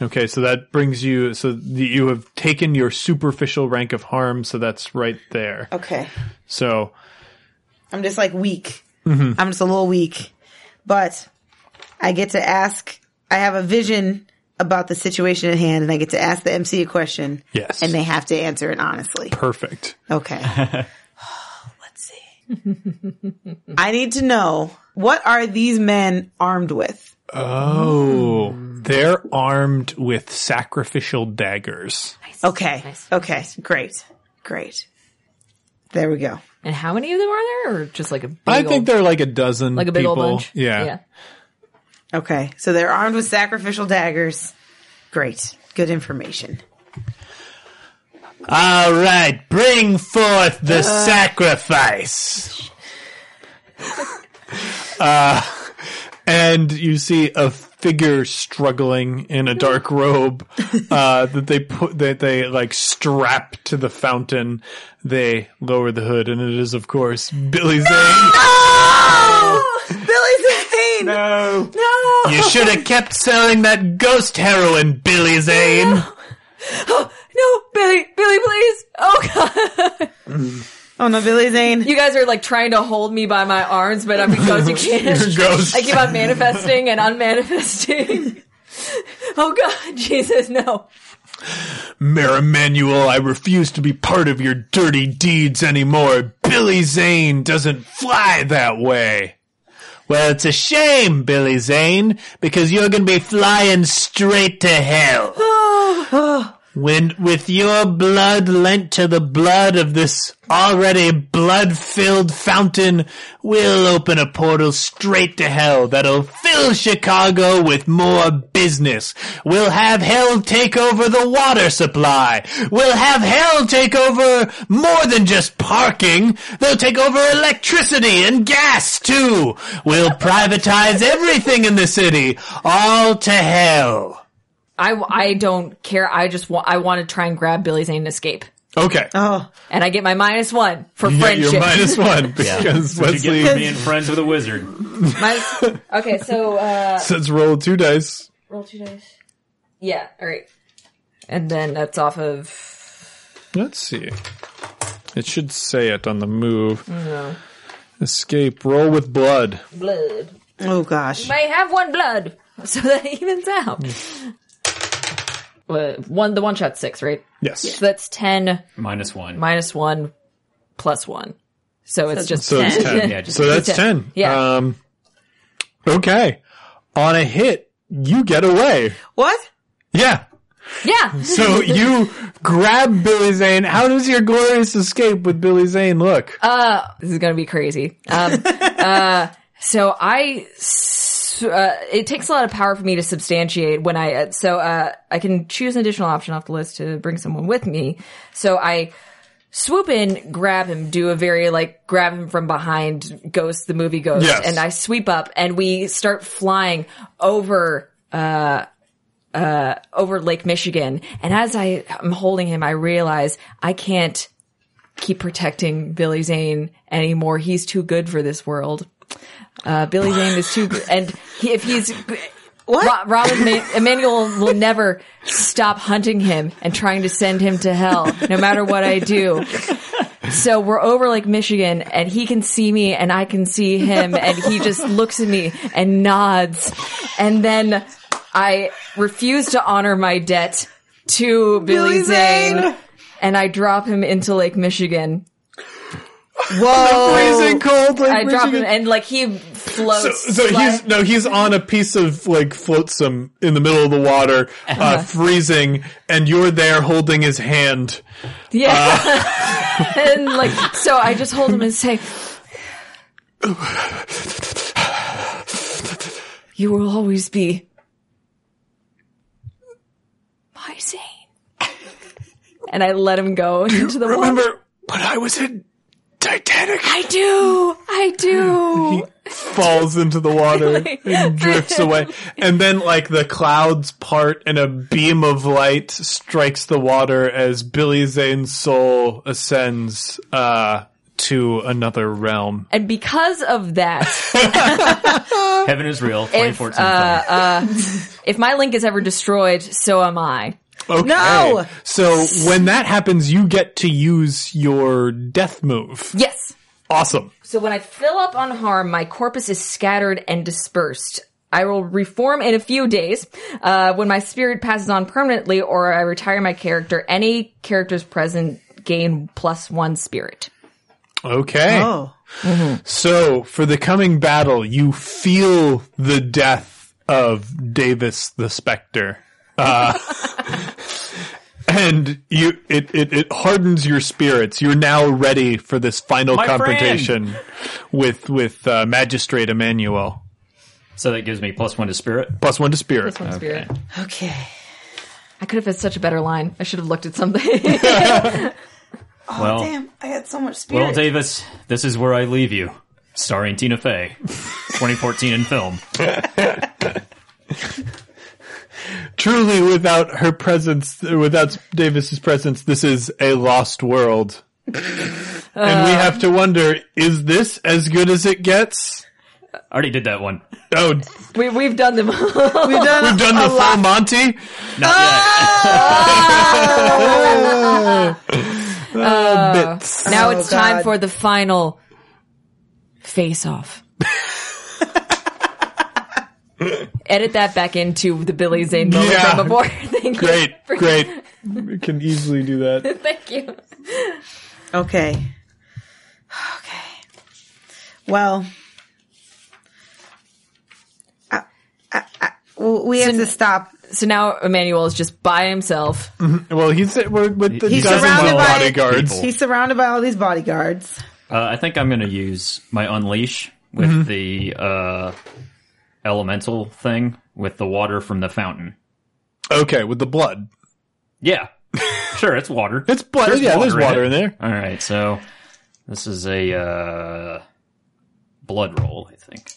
Speaker 1: Okay, so that brings you so the, you have taken your superficial rank of harm, so that's right there.
Speaker 4: Oh.
Speaker 5: Okay.
Speaker 1: So
Speaker 5: I'm just like weak. I'm just a little weak. But I get to ask, I have a vision about the situation at hand and I get to ask the MC a question.
Speaker 1: Yes.
Speaker 5: And they have to answer it honestly.
Speaker 1: perfect.
Speaker 5: Okay. Let's see. I need to know what are these men armed with?
Speaker 1: Oh, they're armed with sacrificial daggers.
Speaker 5: Okay.
Speaker 4: Nice.
Speaker 5: Okay. Great. Great. There we go.
Speaker 4: and how many of them are there? Or just like a big
Speaker 1: I
Speaker 4: old,
Speaker 1: think they're like a dozen.
Speaker 4: like a big
Speaker 1: people.
Speaker 4: old bunch.
Speaker 1: Yeah.
Speaker 5: Okay. So they're armed with sacrificial daggers. Great. Good information.
Speaker 1: All right, bring forth
Speaker 5: Uh.
Speaker 1: the sacrifice. uh, and you see a figure struggling in a dark robe uh, that they put that they like strap to the fountain. They lower the hood, and it is of course Billy Zane.
Speaker 5: Oh! Billy Zane!
Speaker 1: No.
Speaker 5: No!
Speaker 1: You should have kept selling that ghost heroin, Billy Zane.
Speaker 4: No, Billy, Billy, please. Oh God.
Speaker 5: Oh no, Billy Zane.
Speaker 4: You guys are like trying to hold me by my arms, but I'm because you can't.
Speaker 7: ghost.
Speaker 4: I keep on manifesting and unmanifesting. oh God, Jesus, no.
Speaker 1: Mayor Emanuel, I refuse to be part of your dirty deeds anymore. Billy Zane doesn't fly that way. Well, it's a shame, Billy Zane, because you're gonna be flying straight to hell. when, with your blood lent to the blood of this already blood-filled fountain, we'll open a portal straight to hell that'll fill Chicago with more business. We'll have hell take over the water supply. We'll have hell take over more than just parking. They'll take over electricity and gas too. We'll privatize everything in the city. All to hell.
Speaker 4: I, I don't care. I just want, I want to try and grab Billy Zane and escape.
Speaker 1: Okay.
Speaker 5: Oh,
Speaker 4: And I get my minus one for
Speaker 1: You get
Speaker 4: friendship.
Speaker 1: your minus one because
Speaker 7: You get
Speaker 1: Wesley
Speaker 7: for being friends with a wizard.
Speaker 4: Minus- okay, so, uh,
Speaker 1: says roll two dice.
Speaker 4: roll two dice. Yeah, alright. And then that's off of,
Speaker 1: Let's see. It should say it on the move.
Speaker 4: Mm-hmm.
Speaker 1: Escape. Roll with blood.
Speaker 4: blood.
Speaker 5: oh gosh.
Speaker 4: May have one blood. So that evens out. Uh, one, the one shot six, right?
Speaker 1: Yes.
Speaker 4: So that's 10
Speaker 7: Minus one.
Speaker 4: minus 1 plus 1. So it's just
Speaker 1: So it's 10.
Speaker 7: Yeah, just
Speaker 1: so that's 10.
Speaker 4: ten. Yeah.
Speaker 1: Um, okay. On a hit, you get away.
Speaker 5: What?
Speaker 1: Yeah.
Speaker 4: Yeah.
Speaker 1: So you grab Billy Zane. How does your glorious escape with Billy Zane look?
Speaker 4: Oh. this is going to be crazy. Um, uh, so I, s- uh, it takes a lot of power for me to substantiate when I, uh, so, uh, I can choose an additional option off the list to bring someone with me. So I swoop in, grab him, do a very like, grab him from behind ghost, the movie ghost.
Speaker 1: Yes.
Speaker 4: And I sweep up and we start flying over, uh, uh, over Lake Michigan. And as I am holding him, I realize I can't, keep protecting Billy Zane anymore. He's too good for this world. Uh, Billy Zane is too good. And he, if he's.
Speaker 5: What?
Speaker 4: Ro- Robin Ma- Emmanuel will never stop hunting him and trying to send him to hell, no matter what I do. So we're over Lake Michigan and he can see me and I can see him and he just looks at me and nods. And then I refuse to honor my debt to Billy,
Speaker 5: Billy Zane.
Speaker 4: Zane and I drop him into Lake Michigan.
Speaker 5: Whoa.
Speaker 1: Freezing cold. Like,
Speaker 4: I drop him,
Speaker 1: Michigan.
Speaker 4: and like he
Speaker 1: so,
Speaker 4: floats.
Speaker 1: so
Speaker 4: sli-
Speaker 1: he's no, he's on a piece of like flotsam in the middle of the water, uh, freezing, and you're there holding his hand.
Speaker 4: yeah,
Speaker 1: Ah.
Speaker 4: and like so, I just hold him and say, "You will always be my Zane." And I let him go into the water.
Speaker 1: Remember when I was in Titanic?
Speaker 4: I do, I do.
Speaker 1: he falls into the water and drifts away. And then like the clouds part and a beam of light strikes the water as Billy Zane's soul ascends uh to another realm.
Speaker 4: And because of that,
Speaker 7: Heaven is real. 2014.
Speaker 1: uh,
Speaker 7: film.
Speaker 4: if my link is ever destroyed, so am I.
Speaker 1: Okay.
Speaker 5: No!
Speaker 1: So when that happens you get to use your death move.
Speaker 4: Yes.
Speaker 1: Awesome.
Speaker 4: So when I fill up on harm, my corpus is scattered and dispersed. I will reform in a few days. Uh, when my spirit passes on permanently or I retire my character, any characters present gain plus one spirit.
Speaker 1: Okay.
Speaker 5: Oh.
Speaker 1: So, for the coming battle, you feel the death of Davis the Spectre. Uh, and you it, it, it hardens your spirits. You're now ready for this final
Speaker 7: My
Speaker 1: confrontation with with uh, Magistrate Emmanuel.
Speaker 7: so that gives me plus one to spirit.
Speaker 1: Plus one to spirit.
Speaker 4: Plus one spirit.
Speaker 5: Okay.
Speaker 4: I could have had such a better line. I should have looked at something.
Speaker 1: Oh,
Speaker 7: well,
Speaker 5: Damn, I had so much
Speaker 7: well,
Speaker 5: spirit.
Speaker 7: Davis, this is where I leave you. Starring Tina Fey, 2014 in film.
Speaker 1: Truly, without her presence, without Davis's presence, this is a lost world. and we have to wonder: Is this as good as it gets?
Speaker 7: I already did that one.
Speaker 1: Oh,
Speaker 4: we, we've done them all.
Speaker 5: We've done,
Speaker 1: We've done the full Monty.
Speaker 7: Not
Speaker 1: Ah!
Speaker 7: yet.
Speaker 1: Uh, bits.
Speaker 4: Now
Speaker 5: Oh,
Speaker 4: it's time
Speaker 5: God.
Speaker 4: for the final face off. Edit that back into the Billy Zane moment
Speaker 1: Yeah.
Speaker 4: from before. Thank you.
Speaker 1: Great, great.
Speaker 8: We can easily do that.
Speaker 4: Thank you.
Speaker 5: Okay. Okay. Well, I- I- I- w- we have to stop.
Speaker 4: So Oh. now Emmanuel is just by himself.
Speaker 1: Well, he's with, with the
Speaker 6: He's
Speaker 1: dozens
Speaker 5: surrounded
Speaker 1: of
Speaker 5: by-
Speaker 1: bodyguards.
Speaker 6: People.
Speaker 5: He's surrounded by all these bodyguards.
Speaker 6: Uh, I think I'm going to use my unleash with
Speaker 1: Mm-hmm.
Speaker 6: the uh, elemental thing with the water from the fountain.
Speaker 1: Okay, with the blood.
Speaker 6: Yeah, sure, it's water.
Speaker 1: It's blood. yeah, there's
Speaker 6: it.
Speaker 1: water in there.
Speaker 6: All right, so this is a uh, blood roll, I think.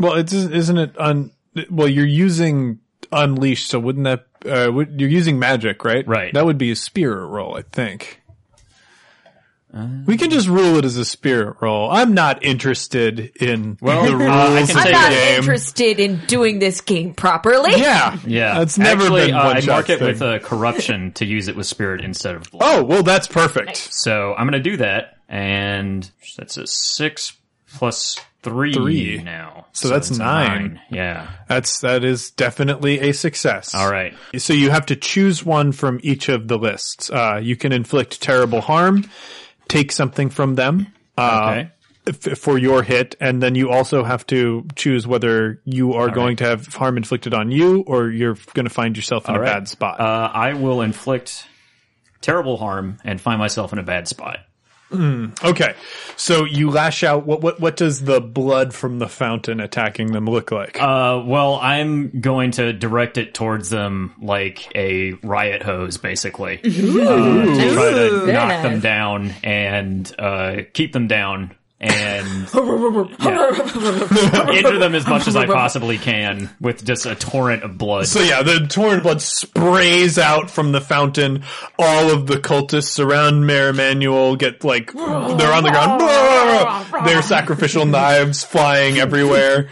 Speaker 1: Well, it's isn't it un? Well, you're using unleash, so wouldn't that? Uh, would- you're using magic, right?
Speaker 6: Right.
Speaker 1: That would be a spirit roll, I think. we can just rule it as a spirit roll. I'm not interested in
Speaker 6: Well,
Speaker 1: the rules
Speaker 6: uh, I can
Speaker 1: of
Speaker 6: say
Speaker 1: the
Speaker 4: I'm
Speaker 6: that-
Speaker 4: not
Speaker 1: game.
Speaker 4: interested in doing this game properly.
Speaker 1: Yeah,
Speaker 6: Yeah,
Speaker 1: That's never
Speaker 6: Actually,
Speaker 1: been
Speaker 6: uh,
Speaker 1: one
Speaker 6: I mark it
Speaker 1: thing.
Speaker 6: with a corruption to use it with spirit instead of blood.
Speaker 1: Oh well, that's perfect.
Speaker 6: So I'm gonna do that, and that's a six plus three,
Speaker 1: Three.
Speaker 6: now.
Speaker 1: So that's
Speaker 6: it's a
Speaker 1: nine.
Speaker 6: Yeah.
Speaker 1: That's that is definitely a success.
Speaker 6: All right.
Speaker 1: So you have to choose one from each of the lists. Uh, you can inflict terrible harm, take something from them uh,
Speaker 6: Okay.
Speaker 1: f- for your hit, and then you also have to choose whether you are going to have harm inflicted on you or you're going to find yourself in a
Speaker 6: right.
Speaker 1: bad spot.
Speaker 6: Uh, I will inflict terrible harm and find myself in a bad spot.
Speaker 1: okay, so you lash out. What what what does the blood from the fountain attacking them look like?
Speaker 6: Uh, well, I'm going to direct it towards them like a riot hose, basically. Uh, to try to
Speaker 5: Ooh.
Speaker 6: knock
Speaker 5: Very
Speaker 6: them
Speaker 4: nice.
Speaker 6: down and uh, keep them down and injure them as much as I possibly can with just a torrent of blood.
Speaker 1: So yeah, the torrent blood sprays out from the fountain. All of the cultists around Mayor Emanuel get like they're on the ground. Their sacrificial knives flying everywhere.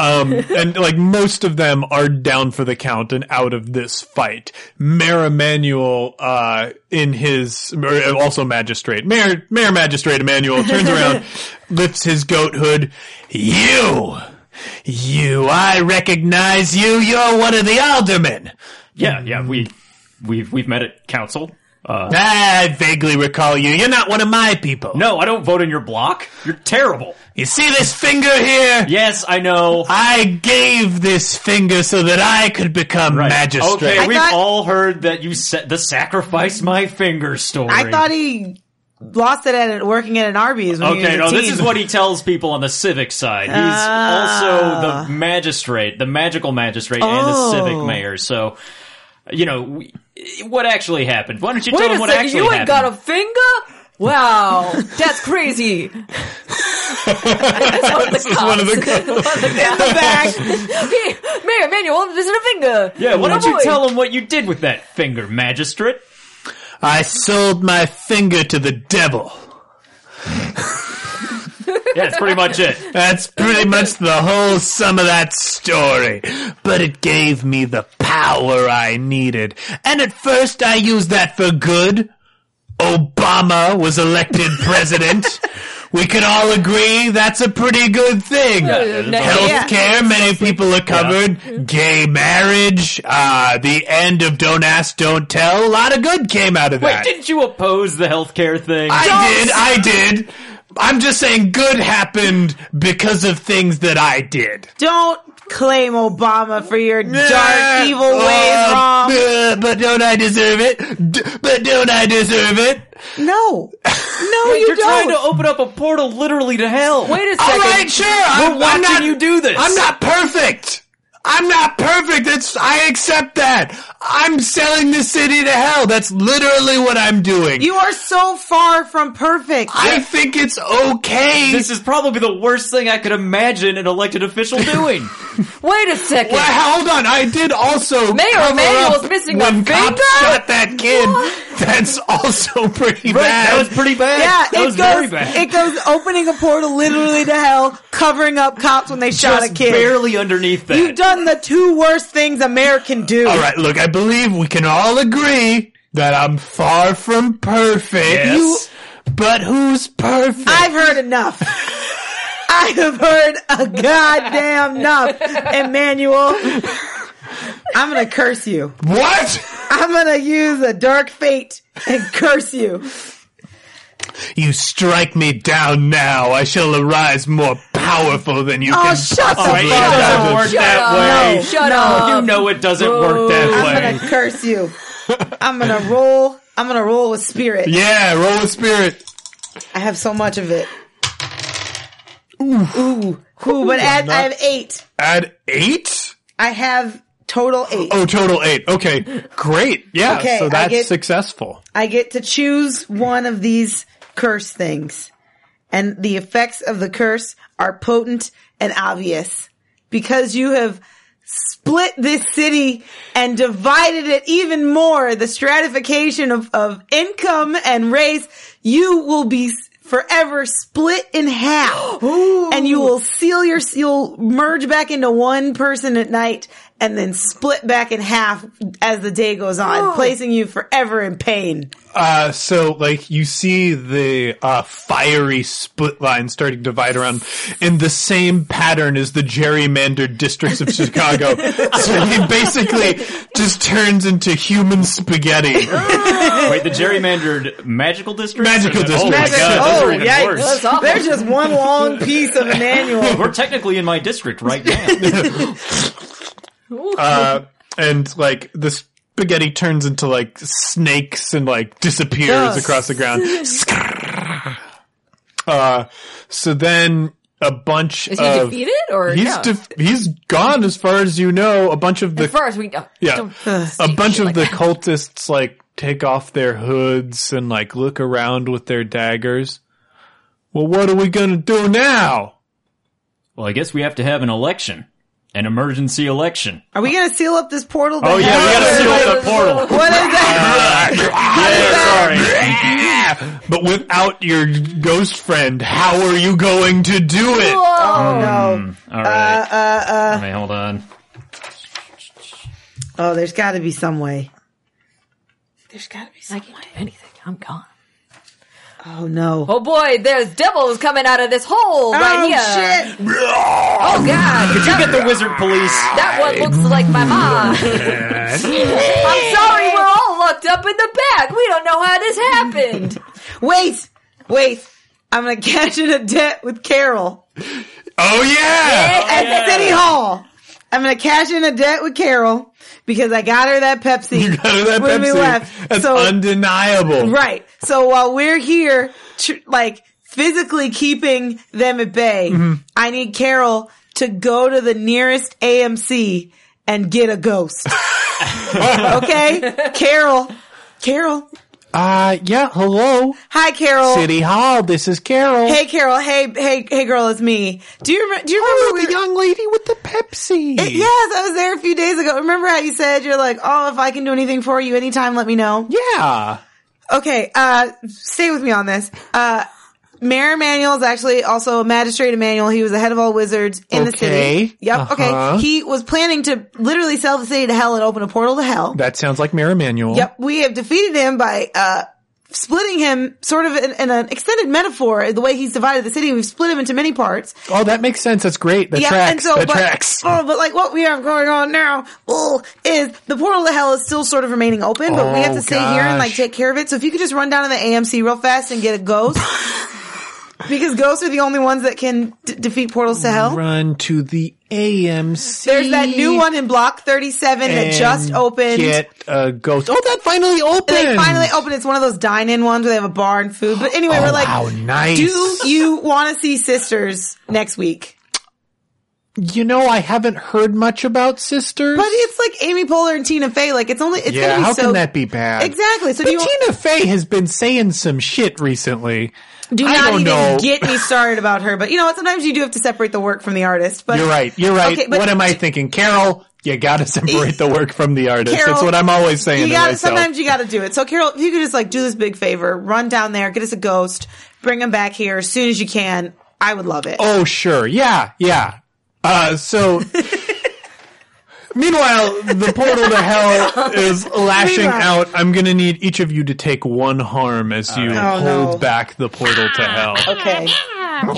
Speaker 1: Um, and like most of them are down for the count and out of this fight. Mayor Emanuel, uh, in his, or also magistrate, Mayor, Mayor Magistrate Emanuel turns around, lifts his goat hood. You! You, I recognize you. You're one of the aldermen.
Speaker 6: yeah, yeah, we we've we've met at council. Uh,
Speaker 1: I vaguely recall you. You're not one of my people.
Speaker 6: no, I don't vote in your block. You're terrible.
Speaker 1: You see this finger here?
Speaker 6: Yes, I know.
Speaker 1: I gave this finger so that I could become
Speaker 6: Right.
Speaker 1: magistrate.
Speaker 6: Okay, we've
Speaker 5: thought-
Speaker 6: all heard that you set the sacrifice my finger story.
Speaker 5: I thought he lost it at working at an Arby's. When he was
Speaker 6: Okay,
Speaker 5: a
Speaker 6: no, this
Speaker 5: teen.
Speaker 6: is what he tells people on the civic side. He's also the magistrate, the magical magistrate, and the civic
Speaker 5: Oh.
Speaker 6: mayor. So, you know, we, what actually happened? Why don't you tell
Speaker 4: Wait
Speaker 6: him
Speaker 4: a
Speaker 6: what
Speaker 4: second,
Speaker 6: actually
Speaker 4: you ain't
Speaker 6: happened?
Speaker 4: got a finger? Wow, that's crazy. that's one of the cops.
Speaker 1: one of the
Speaker 4: One of the cops. Hey, Mayor Manuel, this is a finger.
Speaker 6: yeah, why don't you
Speaker 4: Boy.
Speaker 6: tell him what you did with that finger, magistrate?
Speaker 1: I sold my finger to the devil.
Speaker 6: Yeah, that's pretty much it.
Speaker 1: That's pretty much the whole sum of that story. But it gave me the power I needed. And at first I used that for good. Obama was elected president. we can all agree that's a pretty good thing.
Speaker 4: No,
Speaker 1: Healthcare,
Speaker 4: yeah.
Speaker 1: many people are covered. Mm-hmm. Gay marriage, uh, the end of Don't Ask, Don't Tell. A lot of good came out of
Speaker 6: Wait,
Speaker 1: that.
Speaker 6: didn't you oppose the healthcare thing?
Speaker 1: I did, I did. I'm just saying good happened because of things that I did.
Speaker 5: Don't claim Obama for your dark, evil
Speaker 6: Oh,
Speaker 5: ways,
Speaker 1: Uh,
Speaker 5: Rom.
Speaker 1: uh, but don't I deserve it? D- but don't I deserve it?
Speaker 5: No, no, you
Speaker 6: You're trying
Speaker 5: don't.
Speaker 6: to open up a portal literally to hell.
Speaker 4: Wait a second.
Speaker 1: All right, sure. I'm,
Speaker 6: We're watching
Speaker 1: I'm not,
Speaker 6: you do this.
Speaker 1: I'm not perfect. I'm not perfect. That's I accept that. I'm selling the city to hell. That's literally what I'm doing.
Speaker 5: you are so far from perfect.
Speaker 1: I think it's okay.
Speaker 6: This is probably the worst thing I could imagine an elected official doing.
Speaker 4: Wait a second.
Speaker 1: Well, hold on. I did also.
Speaker 4: Mayor
Speaker 1: cover
Speaker 4: Emanuel's
Speaker 1: up
Speaker 4: missing a
Speaker 1: when
Speaker 4: finger?
Speaker 1: cops shot that kid. That's also pretty bad.
Speaker 6: that was pretty bad.
Speaker 5: Yeah,
Speaker 6: that
Speaker 5: it
Speaker 6: was
Speaker 5: goes.
Speaker 6: very bad.
Speaker 5: It goes opening a portal literally to hell, covering up cops when they shot
Speaker 6: Just
Speaker 5: a kid.
Speaker 6: barely underneath that. Oh,
Speaker 5: You've done the two worst things a mayor can do.
Speaker 1: All right, look. I believe we can all agree that I'm far from perfect.
Speaker 3: Yes.
Speaker 1: You- but who's perfect?
Speaker 5: I've heard enough. I have heard a goddamn enough, Emmanuel. I'm gonna curse you.
Speaker 1: what?
Speaker 5: I'm gonna use a dark fate and curse you.
Speaker 1: You strike me down now. I shall arise more powerful than you
Speaker 5: Oh,
Speaker 1: can
Speaker 5: shut the
Speaker 1: possibly
Speaker 5: fuck
Speaker 1: imagine.
Speaker 5: up.
Speaker 3: work
Speaker 4: Shut
Speaker 3: that
Speaker 4: up.
Speaker 3: way.
Speaker 4: Shut
Speaker 5: No.
Speaker 4: up.
Speaker 3: You know it doesn't work that way.
Speaker 5: I'm gonna curse you. I'm gonna roll. I'm gonna roll with spirit.
Speaker 1: Yeah, roll with spirit.
Speaker 5: I have so much of it. Ooh, ooh, ooh but add, I have eight.
Speaker 1: Add eight?
Speaker 5: I have total eight.
Speaker 1: Oh, total eight. Okay, great. Yeah,
Speaker 5: Okay, I
Speaker 1: so that's
Speaker 5: get-
Speaker 1: successful.
Speaker 5: I get to choose one of these curse things. And the effects of the curse are potent and obvious. Because you have split this city and divided it even more, the stratification of, of income and race, you will be s- forever split in half. And you will seal your, you'll merge back into one person at night and then split back in half as the day goes on, placing you forever in pain.
Speaker 1: Uh, so like you see the uh, fiery split line starting to divide around in the same pattern as the gerrymandered districts of Chicago. so he basically just turns into human spaghetti.
Speaker 6: Wait, the gerrymandered magical district?
Speaker 1: Magical
Speaker 6: Oh my
Speaker 1: district.
Speaker 6: god, those are even
Speaker 5: yikes.
Speaker 6: worse.
Speaker 5: There's just one long piece of an annual.
Speaker 6: We're technically in my district right now.
Speaker 1: Uh, and like the spaghetti turns into like snakes and like disappears
Speaker 5: Yes.
Speaker 1: across the ground. uh, so then a bunch
Speaker 4: Is he
Speaker 1: of
Speaker 4: defeated or
Speaker 1: Uh, he's
Speaker 4: no?
Speaker 1: def- he's gone as far as you know. A bunch of the
Speaker 4: as far as we know.
Speaker 1: yeah, a bunch of the cultists like take off their hoods and like look around with their daggers. Well, what are we gonna do now?
Speaker 6: well, I guess we have to have an election. An emergency election.
Speaker 5: Are we gonna seal up this portal?
Speaker 6: Oh yeah, we gotta seal the portal.
Speaker 5: What is that?
Speaker 1: Yeah, sorry. but without your ghost friend, how are you going to do it? Um,
Speaker 6: All right.
Speaker 5: Uh,
Speaker 6: All right, hold on.
Speaker 5: Oh, there's got to be some way.
Speaker 4: I can't do anything. I'm gone.
Speaker 5: Oh no.
Speaker 4: Oh boy, there's devils coming out of this hole right here.
Speaker 5: oh shit!
Speaker 4: Oh god,
Speaker 6: Did you get the wizard police?
Speaker 4: that one looks like my mom. I'm sorry, we're all locked up in the back. We don't know how this happened.
Speaker 5: Wait, wait. I'm gonna cash in a debt with Carol
Speaker 1: Oh yeah!
Speaker 5: at City Hall. I'm gonna cash in a debt with Carol because I got her that Pepsi.
Speaker 1: You got her that
Speaker 5: when
Speaker 1: Pepsi.
Speaker 5: we left.
Speaker 1: That's
Speaker 5: so
Speaker 1: undeniable.
Speaker 5: right. So while we're here, tr- like physically keeping them at bay, I need Carol to go to the nearest AMC and get a ghost. okay, Carol. Carol.
Speaker 1: Uh, yeah, hello.
Speaker 5: Hi, Carol.
Speaker 1: City Hall, this is Carol.
Speaker 5: Hey Carol, hey hey hey girl, it's me. Do you remember? Do you remember?
Speaker 1: the young lady with the Pepsi.
Speaker 5: we- yes, I was there a few days ago. Remember how you said you're like, oh, if I can do anything for you anytime, let me know.
Speaker 1: Yeah.
Speaker 5: Okay, uh, stay with me on this. Uh, Mayor Emanuel is actually also a magistrate Emanuel. He was the head of all wizards in the
Speaker 1: Okay.
Speaker 5: city. Yep.
Speaker 1: Uh-huh.
Speaker 5: Okay. He was planning to literally sell the city to hell and open a portal to hell.
Speaker 1: That sounds like Mary Manuel.
Speaker 5: Yep, we have defeated him by uh splitting him sort of in, in an extended metaphor. The way he's divided the city, we've split him into many parts.
Speaker 1: Oh, that makes sense. That's great. That tracks. that
Speaker 5: but,
Speaker 1: tracks.
Speaker 5: Oh, but like what we have going on now oh, is the portal to hell is still sort of remaining open, but we have
Speaker 1: Oh,
Speaker 5: to stay here and like
Speaker 1: gosh.
Speaker 5: take care of it. So if you could just run down to the AMC real fast and get a ghost. because ghosts are the only ones that can d- defeat portals to hell.
Speaker 1: Run to the AMC.
Speaker 5: There's that new one in block 37 that just
Speaker 1: and
Speaker 5: opened.
Speaker 1: Get a ghost. Oh, that finally opened.
Speaker 5: they finally opened. It's one of those dine-in ones where they have a bar and food. But anyway, we're like,
Speaker 1: Oh, how nice.
Speaker 5: do you want to see Sisters next week?
Speaker 1: You know, I haven't heard much about sisters.
Speaker 5: But it's like Amy Poehler and Tina Fey. Like it's only it's
Speaker 1: yeah,
Speaker 5: gonna be
Speaker 1: how
Speaker 5: so
Speaker 1: can that be bad?
Speaker 5: Exactly. So
Speaker 1: But
Speaker 5: do you
Speaker 1: Tina Fey has been saying some shit recently.
Speaker 5: do
Speaker 1: I
Speaker 5: not
Speaker 1: don't
Speaker 5: even
Speaker 1: know.
Speaker 5: get me started about her? But you know what? Sometimes you do have to separate the work from the artist. But
Speaker 1: You're right. You're right.
Speaker 5: Okay, but E-
Speaker 1: what am I thinking, Carol? You gotta separate the work from the artist.
Speaker 5: Carol,
Speaker 1: That's what I'm always saying.
Speaker 5: You
Speaker 1: to
Speaker 5: gotta
Speaker 1: myself.
Speaker 5: sometimes you gotta do it. So Carol, if you could just like do this big favor, run down there, get us a ghost, bring him back here as soon as you can. I would love it.
Speaker 1: Oh, sure. Yeah, yeah. Uh, so Meanwhile, the portal to hell is lashing
Speaker 5: Meanwhile.
Speaker 1: out. I'm gonna need each of you to take one harm as you
Speaker 5: Oh, no.
Speaker 1: hold back the portal to hell.
Speaker 5: Okay.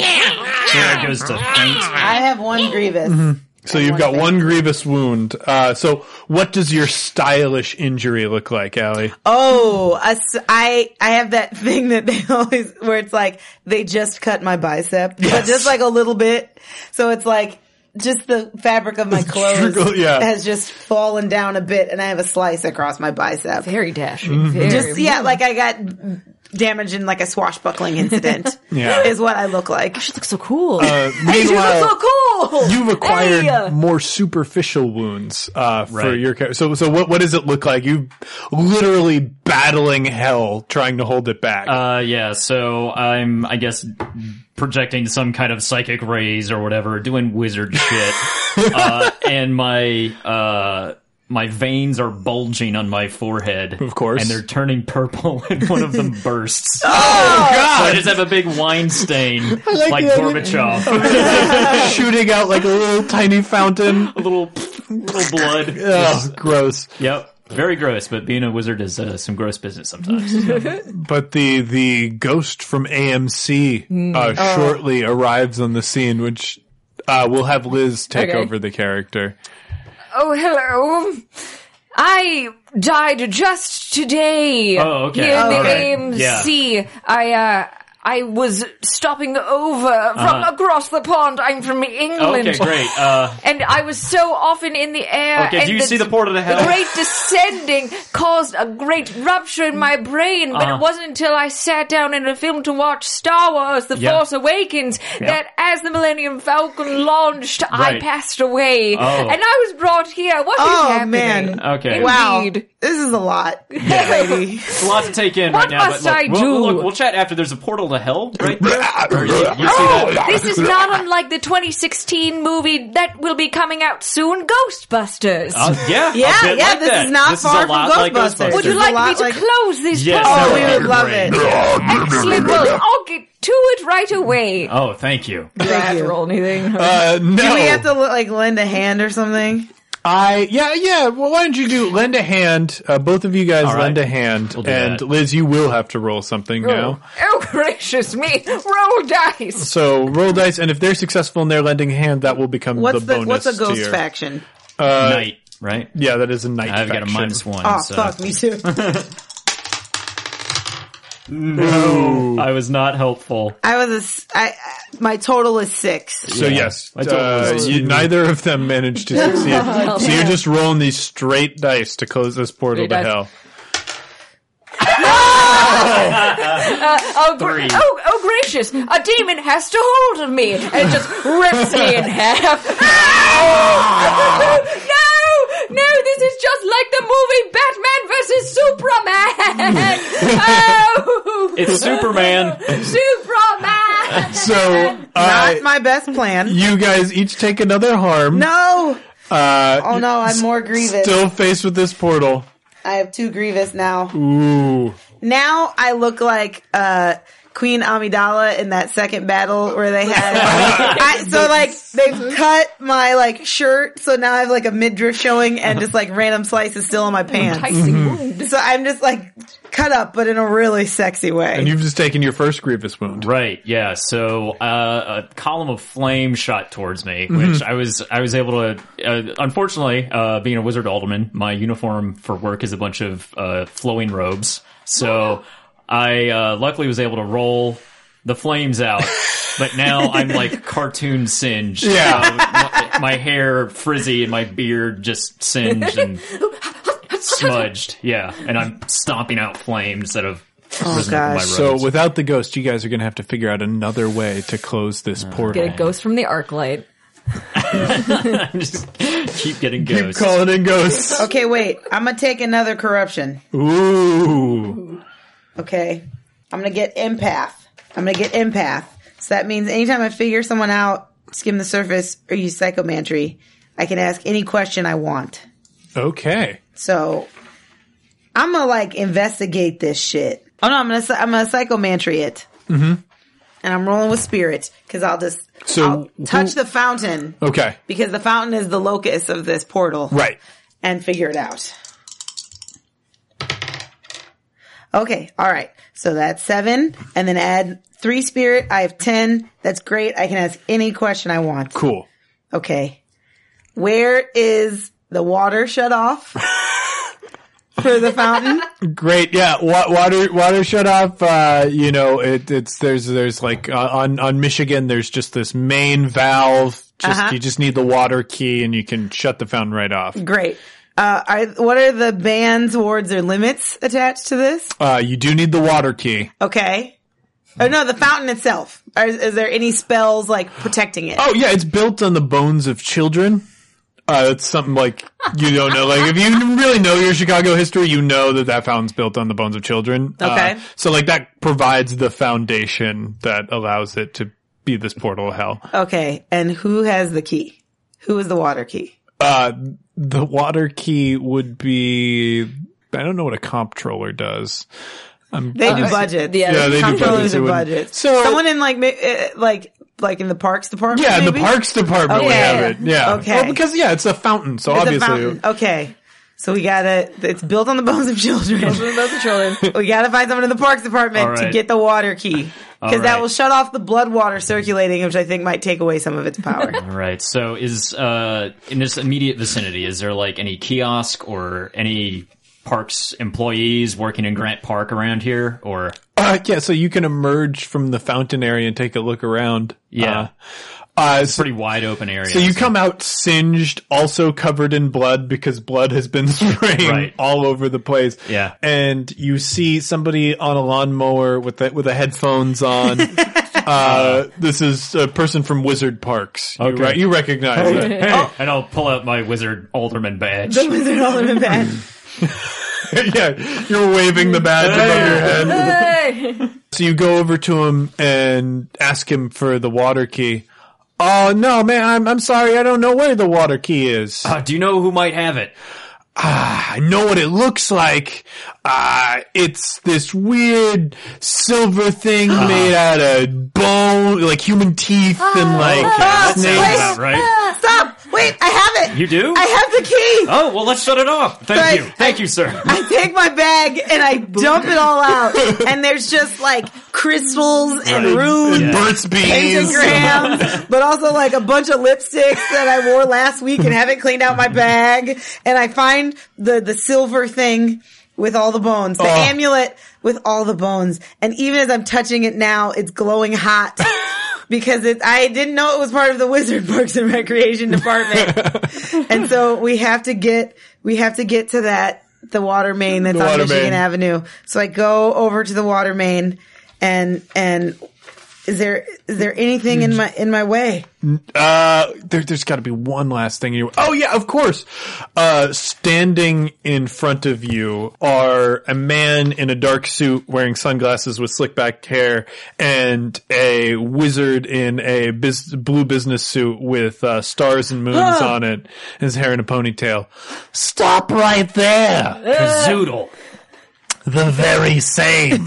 Speaker 6: Sarah goes to faint.
Speaker 5: I have one grievous.
Speaker 1: So you've got one grievous wound. Uh, so what does your stylish injury look like, Allie?
Speaker 5: Oh, a s- I I have that thing that they always where it's like they just cut my bicep, but
Speaker 1: Yes.
Speaker 5: just like a little bit. So it's like just the fabric of my clothes
Speaker 1: Trickle- yeah.
Speaker 5: has just fallen down a bit, and I have a slice across my bicep.
Speaker 4: Very dashing.
Speaker 6: Mm-hmm.
Speaker 4: Very
Speaker 5: Just yeah, like I got damaged in like a swashbuckling incident.
Speaker 1: Yeah.
Speaker 5: is what I look like.
Speaker 4: she looks so cool.
Speaker 1: Uh,
Speaker 4: hey, you
Speaker 1: meanwhile-
Speaker 4: look so cool.
Speaker 1: You've acquired
Speaker 4: Hey!
Speaker 1: more superficial wounds uh, for
Speaker 6: Right.
Speaker 1: your character. So, so what, what does it look like? You literally battling hell, trying to hold it back.
Speaker 6: Uh, yeah, so I'm, I guess, projecting some kind of psychic rays or whatever, doing wizard shit. uh, and my, uh, my veins are bulging on my forehead.
Speaker 1: Of course. Oh,
Speaker 6: And they're turning purple and one of them bursts. So I
Speaker 1: God,
Speaker 6: just have a big wine stain, like,
Speaker 1: the idea.
Speaker 6: Gorbachev.
Speaker 1: shooting out like a little tiny fountain.
Speaker 6: a little, little blood.
Speaker 1: Ugh, gross.
Speaker 6: Yep. Very gross, but being a wizard is uh, some gross business sometimes.
Speaker 1: But the the ghost from AMC uh, shortly arrives on the scene, which uh, we'll have Liz take
Speaker 4: Okay.
Speaker 1: over the character.
Speaker 4: Oh, hello. I died just today.
Speaker 6: Oh, okay.
Speaker 4: Here in
Speaker 6: Oh, okay.
Speaker 4: the AMC. I, uh, I was stopping over from across the pond. I'm from England.
Speaker 6: Uh-huh. Oh, okay, great. Uh,
Speaker 4: And I was so often in the air.
Speaker 6: Okay,
Speaker 4: and
Speaker 6: do you see the portal to hell?
Speaker 4: The great descending caused a great rupture in my brain, but
Speaker 6: Uh-huh.
Speaker 4: it wasn't until I sat down in a film to watch Star Wars: The
Speaker 6: Yeah.
Speaker 4: Force Awakens that, as the Millennium Falcon launched, I
Speaker 6: Right.
Speaker 4: passed away,
Speaker 6: Oh.
Speaker 4: and I was brought here. What is
Speaker 5: Oh
Speaker 4: happening?
Speaker 5: man,
Speaker 6: okay.
Speaker 5: wow,
Speaker 4: Indeed.
Speaker 5: this is a lot, lady.
Speaker 6: It's a lot to take in
Speaker 4: What
Speaker 6: right now.
Speaker 4: must
Speaker 6: but look,
Speaker 4: I
Speaker 6: we'll,
Speaker 4: do?
Speaker 6: We'll, look, we'll chat after. There's a portal to hell right there. Or you, you see
Speaker 4: Oh,
Speaker 6: that?
Speaker 4: this is not unlike the 2016 movie that will be coming out soon, Ghostbusters.
Speaker 6: Uh,
Speaker 1: Oh,
Speaker 5: Yeah,
Speaker 6: yeah, a bit
Speaker 5: yeah,
Speaker 6: like
Speaker 5: this
Speaker 6: is
Speaker 5: is not far from Ghostbusters.
Speaker 4: Would you
Speaker 5: there's a
Speaker 4: like me
Speaker 5: lot
Speaker 4: to
Speaker 5: like-
Speaker 4: close this
Speaker 6: Yes,
Speaker 4: portal?
Speaker 5: Oh,
Speaker 6: that
Speaker 5: we
Speaker 6: would
Speaker 5: would
Speaker 6: be
Speaker 5: love
Speaker 6: great.
Speaker 5: it.
Speaker 1: Uh,
Speaker 4: Excellent. Well, I'll get to it right away.
Speaker 6: Oh, thank you.
Speaker 4: Do I have to roll anything?
Speaker 1: Uh, no,
Speaker 5: Do we have to like lend a hand or something?
Speaker 1: I yeah yeah. Well, why don't you do lend a hand? Uh, both of you guys
Speaker 6: right.
Speaker 1: lend a hand,
Speaker 6: We'll do
Speaker 1: and
Speaker 6: that.
Speaker 1: Liz, you will have to roll something now.
Speaker 4: Oh, gracious me. Roll dice.
Speaker 1: So roll dice, and if they're successful in their lending a hand, that will become
Speaker 5: What's
Speaker 1: the
Speaker 5: the,
Speaker 1: bonus.
Speaker 5: what's a
Speaker 1: to
Speaker 5: ghost
Speaker 1: your-
Speaker 5: faction?
Speaker 6: Night, right?
Speaker 1: Uh, Yeah, that is a knight.
Speaker 6: I've got a
Speaker 1: faction.
Speaker 6: minus one.
Speaker 5: Oh
Speaker 6: so
Speaker 5: fuck, me too.
Speaker 6: I was not helpful.
Speaker 5: I was a s I I- my total is six.
Speaker 1: So yes,
Speaker 6: I told
Speaker 1: uh,
Speaker 6: Liz.
Speaker 1: you, neither of them managed to succeed. so you're just rolling these straight dice to close this portal to
Speaker 4: Straight dice.
Speaker 1: hell.
Speaker 4: Oh, gr- oh, oh, gracious. A demon has to hold of me and just rips me in half. no, no, this is just like the movie Batman versus Superman. Oh,
Speaker 6: It's Superman.
Speaker 4: Superman.
Speaker 1: So uh,
Speaker 5: Not my best plan.
Speaker 1: you guys each take another harm.
Speaker 5: No.
Speaker 1: Uh,
Speaker 5: Oh no, I'm more grievous.
Speaker 1: Still faced with this portal.
Speaker 5: I have two grievous now.
Speaker 1: Ooh.
Speaker 5: Now I look like uh Queen Amidala in that second battle where they had I, so like they've cut my like shirt, so now I have like a midriff showing and just like random slices still
Speaker 1: Oh,
Speaker 5: on my pants.
Speaker 4: Enticing wound.
Speaker 5: So I'm just like cut up, but in a really sexy way.
Speaker 1: And you've just taken your first grievous wound.
Speaker 6: Right, yeah. So uh, a column of flame shot towards me, which I was I was able to. Uh, unfortunately, uh, being a wizard alderman, my uniform for work is a bunch of uh, flowing robes. So I uh, luckily was able to roll the flames out, but now I'm like cartoon singed.
Speaker 1: Yeah.
Speaker 6: So my, my hair frizzy and my beard just singed and smudged. Yeah, and I'm stomping out flame instead of. Oh, my
Speaker 5: gosh.
Speaker 6: robes.
Speaker 1: So without the ghost, you guys are going to have to figure out another way to close this portal.
Speaker 4: Get a ghost from the arc light.
Speaker 6: just keep getting
Speaker 1: Keep
Speaker 6: ghosts.
Speaker 1: calling in ghosts.
Speaker 5: Okay, wait. I'm gonna take another corruption.
Speaker 1: Ooh.
Speaker 5: Okay. I'm gonna get empath. I'm gonna get empath. So that means anytime I figure someone out, skim the surface, or use psychomantry, I can ask any question I want.
Speaker 1: Okay.
Speaker 5: So I'm gonna like investigate this shit. Oh no, I'm gonna I'm gonna psychomantry it. and I'm rolling with spirit because I'll just
Speaker 1: Mm-hmm. So
Speaker 5: I'll touch
Speaker 1: who-
Speaker 5: the fountain
Speaker 1: Okay.
Speaker 5: because the fountain is the locus of this portal,
Speaker 1: Right.
Speaker 5: And figure it out. Okay, all right. So that's seven, and then add three spirit. I have ten. That's great. I can ask any question I want.
Speaker 1: Cool.
Speaker 5: Okay. Where is the water shut off for the fountain?
Speaker 1: Great. Yeah. Wa- water water shut off. Uh, you know, it, it's there's there's like uh, on on Michigan. There's just this main valve. Just
Speaker 5: Uh-huh.
Speaker 1: you just need the water key and you can shut the fountain right off.
Speaker 5: Great. Uh, are, what are the bans, wards, or limits attached to this?
Speaker 1: Uh, you do need the water key.
Speaker 5: Okay. Oh no, the fountain itself. Are, is there any spells like protecting it?
Speaker 1: Oh yeah, it's built on the bones of children. Uh, it's something like you don't know. Like if you really know your Chicago history, you know that that fountain's built on the bones of children. Uh,
Speaker 5: Okay.
Speaker 1: so like that provides the foundation that allows it to be this portal of hell.
Speaker 5: Okay. And who has the key? Who is the water key?
Speaker 1: Uh, the water key would be. I don't know what a comptroller does.
Speaker 5: They do budgets.
Speaker 4: Yeah, Yeah,
Speaker 1: they do budgets.
Speaker 5: Comptrollers
Speaker 1: They
Speaker 5: do
Speaker 1: wouldn't-
Speaker 5: budgets.
Speaker 1: So-
Speaker 5: someone in like ma- uh, like like in the parks department.
Speaker 1: Yeah, the
Speaker 5: maybe?
Speaker 1: parks department would
Speaker 5: Okay.
Speaker 1: have it. Yeah.
Speaker 5: Okay.
Speaker 1: Well, because yeah, it's a fountain, so
Speaker 5: It's a
Speaker 1: obviously.
Speaker 5: fountain. Okay. So we gotta. It's built on the bones of children.
Speaker 4: Those are children.
Speaker 5: we gotta find someone in the parks department
Speaker 9: All
Speaker 5: to
Speaker 9: right.
Speaker 5: get the water key because
Speaker 9: All
Speaker 5: that
Speaker 9: right.
Speaker 5: will shut off the blood water circulating, which I think might take away some of its power.
Speaker 6: All right. So is uh in this immediate vicinity is there like any kiosk or any parks employees working in Grant Park around here or
Speaker 1: Uh, yeah, so you can emerge from the fountain area and take a look around.
Speaker 6: Yeah.
Speaker 1: Uh, uh, so,
Speaker 6: pretty wide open area?
Speaker 1: so you come out singed, also covered in blood because blood has been spraying
Speaker 6: Right.
Speaker 1: all over the place.
Speaker 6: Yeah.
Speaker 1: And you see somebody on a lawnmower with the, with the headphones on. uh, this is a person from Wizard Parks. You,
Speaker 6: Okay.
Speaker 1: re- you recognize it.
Speaker 6: Hey, and I'll pull out my wizard alderman badge.
Speaker 5: the wizard alderman badge.
Speaker 1: yeah, you're waving the badge above your head. So you go over to him and ask him for the water key. Oh no, man! I'm I'm sorry. I don't know where the water key is.
Speaker 6: Uh, do you know who might have it?
Speaker 1: I know what it looks like. Uh, it's this weird silver thing made out of bone, like human teeth, and like
Speaker 6: That
Speaker 1: snakes.
Speaker 6: sounds about right.
Speaker 5: Ah, Stop! Wait, I have it.
Speaker 6: You do?
Speaker 5: I have the key.
Speaker 6: Oh well, let's shut it off. Thank
Speaker 5: But-
Speaker 6: you, thank you, sir.
Speaker 5: I take my bag and I dump it all out, and there's just like crystals and runes.
Speaker 1: And Burt's bees.
Speaker 5: pentagrams, but also like a bunch of lipsticks that I wore last week and haven't cleaned out my bag. And I find the the silver thing with all the bones, the
Speaker 1: Oh.
Speaker 5: amulet with all the bones. And even as I'm touching it now, it's glowing hot. Because it, I didn't know it was part of the Wizard Parks and Recreation Department, and so we have to get we have to get to that the water main that's
Speaker 1: The
Speaker 5: on
Speaker 1: water
Speaker 5: Michigan
Speaker 1: main.
Speaker 5: Avenue. So I go over to the water main, and and is there is there anything in my in my way?
Speaker 1: Uh, there, there's got to be one last thing. You. Oh yeah, of course. Uh, standing in front of you are a man in a dark suit, wearing sunglasses with slick back hair, and a wizard in a bus- blue business suit with uh, stars and moons on it, his hair in a ponytail. Stop right there.
Speaker 6: Zoodle.
Speaker 1: The very same.